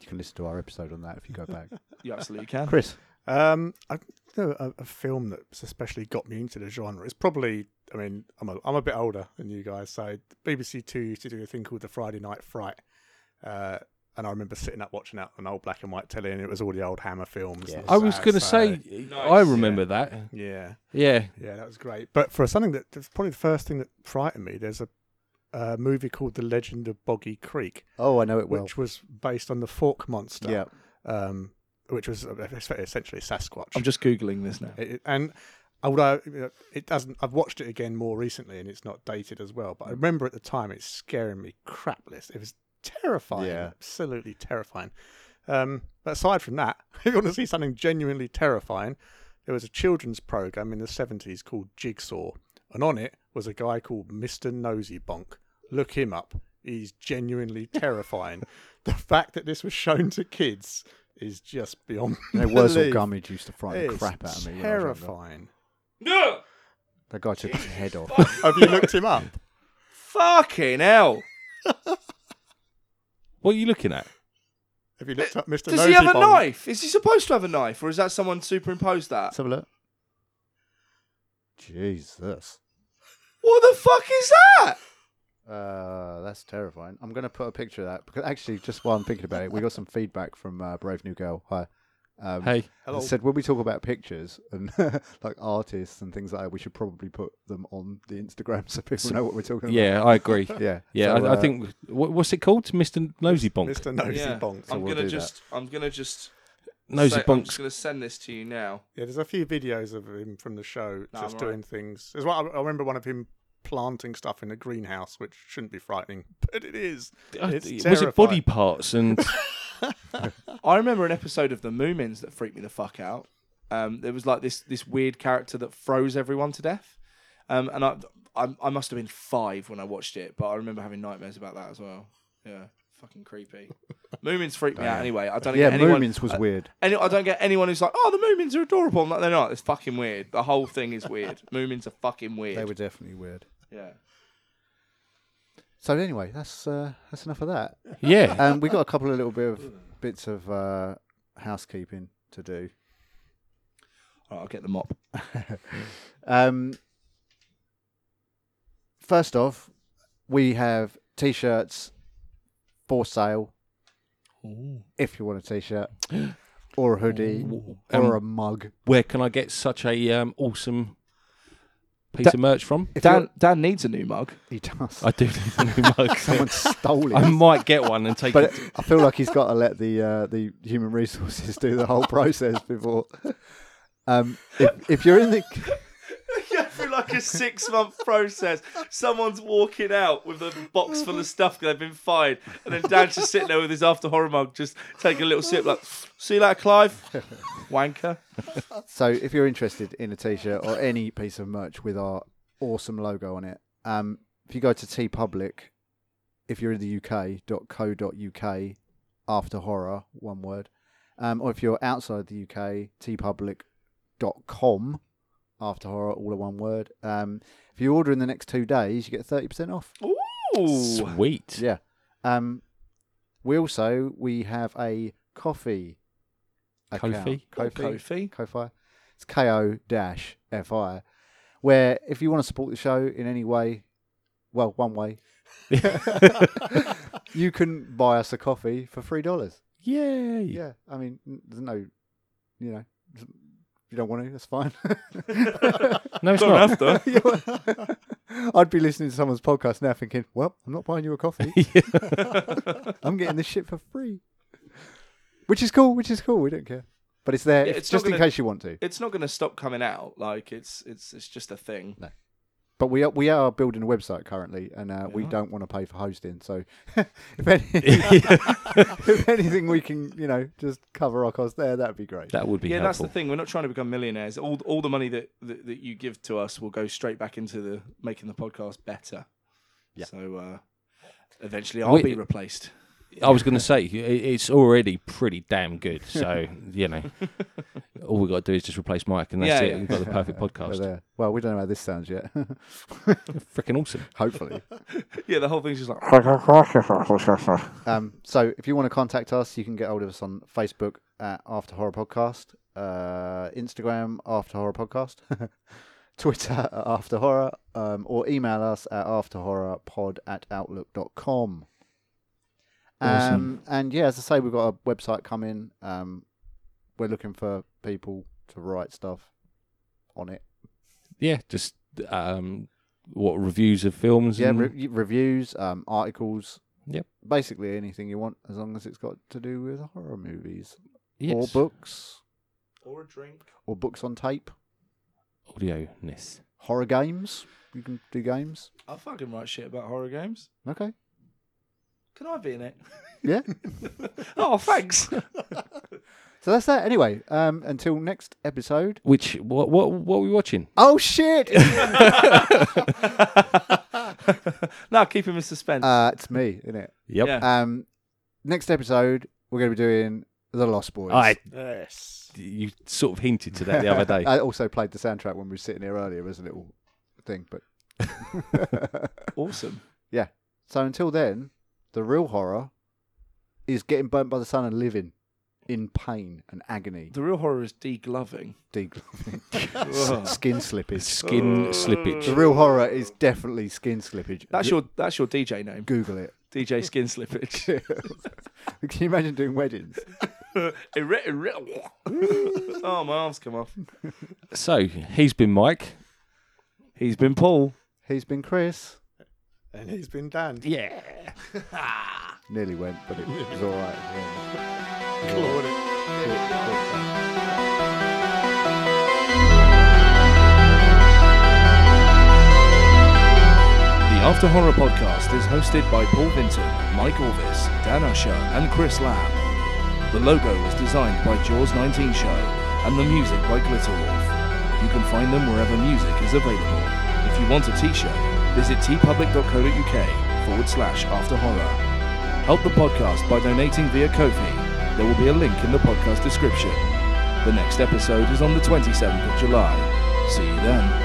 you can listen to our episode on that if you go *laughs* back. You absolutely can. Chris, Um, I know a, a film that's especially got me into the genre. It's probably, I mean, I'm a, I'm a bit older than you guys, so BBC Two used to do a thing called the Friday Night Fright, uh, and I remember sitting up watching that on old black and white telly, and it was all the old Hammer films. Yeah. and I was that, going to so- say, I remember that. yeah, Yeah, yeah, that was great. But for something that that's probably the first thing that frightened me, there's a, a movie called The Legend of Boggy Creek, *laughs* oh, I know it well. which was based on the Fork Monster. Yeah, um, which was essentially Sasquatch. I'm just googling this now. It- it- and although you know, it doesn't, I've watched it again more recently, and it's not dated as well. But I remember at the time it's scaring me crapless. It was terrifying, Yeah. absolutely terrifying. Um, but aside from that, *laughs* if you want to see something genuinely terrifying, there was a children's program in the seventies called Jigsaw, and on it was a guy called Mister Nosy Bonk. Look him up. He's genuinely terrifying. the fact that this was shown to kids is just beyond. no, Wurzel belief. Gummidge used to frighten the It's crap out of me. when I was younger. Terrifying. No, That guy took his head off. Have you looked him up? fucking hell. what are you looking at? Have you looked up Mr. Does Nosy he have a Bomb? knife? Is he supposed to have a knife, or is that someone superimposed that? Let's have a look. Jesus. What the fuck is that? Uh, that's terrifying. I'm going to put a picture of that because actually, just while I'm thinking about it, we got some feedback from uh, Brave New Girl. Hi. Um, Hey, that said when we talk about pictures and *laughs* like artists and things like that, we should probably put them on the Instagram *laughs* so people know what we're talking about. yeah, I agree. Yeah. Yeah, So, I, I uh, think what, what's it called, Mister Nosy Bonk? Mr. Nosy Yeah, Um, Bonk. I'm we'll do that. gonna just. I'm gonna just. Nosy say- I'm Bonks. just gonna send this to you now. Yeah, there's a few videos of him from the show No, just I'm all doing things. There's one, I I remember one of him planting stuff in a greenhouse, which shouldn't be frightening, *laughs* but it is. It's was it body terrifying. parts and I remember an episode of the Moomins that freaked me the fuck out. Um, there was like this this weird character that froze everyone to death, um, and I, I I must have been five when I watched it, but I remember having nightmares about that as well. Yeah, fucking creepy. Moomins freaked me out anyway. I don't Yeah, get uh, anyone. Moomins was weird. Any, I don't get anyone who's like, oh, the Moomins are adorable. I'm like, they're not. It's fucking weird. The whole thing is weird. Moomins are fucking weird. They were definitely weird. yeah. So anyway, that's uh, that's enough of that. yeah, *laughs* Um, we got a couple of little bit of bits of uh, housekeeping to do. All right, I'll get the mop. Um, first off, we have t-shirts for sale. If you want a *gasps* t-shirt or a hoodie or a mug, where can I get such a um, awesome um, piece That- of merch from. Dan, Dan needs a new mug. He does. I *laughs* do need a new *laughs* mug. Someone stole I it. might get one and *laughs* take But *laughs* it. it- I feel like he's got to let the uh, the human resources *laughs* do the whole process before. *laughs* Um, if, if you're in the *laughs* Yeah, through like a six month process. Someone's walking out with a box full of stuff because they've been fired. And then Dan's just sitting there with his after horror mug, just taking a little sip, like, see you later, Clive. Wanker. so if you're interested in a t-shirt or any piece of merch with our awesome logo on it, um, if you go to T Public, if you're in the UK.co.uk, after horror one word, um, or if you're outside the UK, tpublic.com, after horror all in one word. Um, if you order in the next two days, you get thirty percent off. Ooh. Sweet. Yeah. Um, we also we have a coffee. account. Ko-fi? Ko-fi. Kofi. Ko-fi. It's ko dash fi, where if you want to support the show in any way, well, one way, you can buy us a coffee for three dollars. *laughs* Yay. Yeah. I mean, n- there's no, you know, if you don't want to, that's fine. *laughs* No, it's Don't not. have to. Yeah, well, I'd be listening to someone's podcast now thinking, well, I'm not buying you a *laughs* coffee. *laughs* I'm getting this shit for free. Which is cool, which is cool. We don't care. But it's there Yeah, if- it's not just in gonna- case you want to. It's not going to stop coming out. Like, it's it's it's just a thing. But we are, we are building a website currently and uh, we Yeah. don't want to pay for hosting. So *laughs* if, *laughs* any, if anything we can, you know, just cover our costs there, that'd be great. That would be yeah, helpful. that's the thing. We're not trying to become millionaires. All all the money that, that, that you give to us will go straight back into the making the podcast better. Yeah. So uh, eventually, I'll We- be replaced. *laughs* I was going to say i- it's already pretty damn good. So *laughs* you know, all we got to do is just replace Mike, and that's Yeah, it. yeah. We've got the *laughs* perfect We're podcast. there. Well, we don't know how this sounds yet. *laughs* Freaking awesome. Hopefully. Yeah, the whole thing's just like Um, so if you want to contact us, you can get hold of us on Facebook at After Horror Podcast, uh, Instagram After Horror Podcast, *laughs* Twitter at After Horror, um, or email us at afterhorrorpod at outlook.com. Um, Awesome. And yeah, as I say, we've got a website coming. Um, we're looking for people to write stuff on it. Yeah, just um, what reviews of films? Yeah, and- re- reviews, um, articles. Mm. Yep. Basically anything you want, as long as it's got to do with horror movies or yes. books. or a drink. or books on tape, audio ness. horror games. You can do games. I fucking write shit about horror games. Okay. Can I be in it? Yeah. *laughs* *laughs* oh, *laughs* thanks. so that's that. Anyway, um, until next episode. Which what what what are we watching? Oh shit! now keep him in *laughs* suspense. uh, it's me, isn't it? Yep. Yeah. Um, next episode we're going to be doing the Lost Boys. I Yes. you sort of hinted to that *laughs* the other day. I also played the soundtrack when we were sitting here earlier as a little thing, *laughs* but awesome. so until then, the real horror is getting burnt by the sun and living in pain and agony, The real horror is degloving. *laughs* degloving, skin slippage. Skin slippage. The real horror is definitely skin slippage. That's your that's your DJ name. Google it. DJ Skin *laughs* Slippage. *laughs* Can you imagine doing weddings? Irri- irri- *laughs* oh, my arms come off. So he's been Mike. He's been Paul. He's been Chris. And he's been Dan. Nearly went, but it was all right. Yeah. Cool, wasn't it? Cool, cool. The After Horror Podcast is hosted by Paul Vinton, Mike Orvis, Dan Usher, and Chris Lamb. The logo was designed by Jaws 19 Show and the music by Glitterwolf. You can find them wherever music is available. If you want a t-shirt, visit tpublic.co.uk forward slash after horror. Help the podcast by donating via Kofi. There will be a link in the podcast description. The next episode is on the 27th of July. See you then.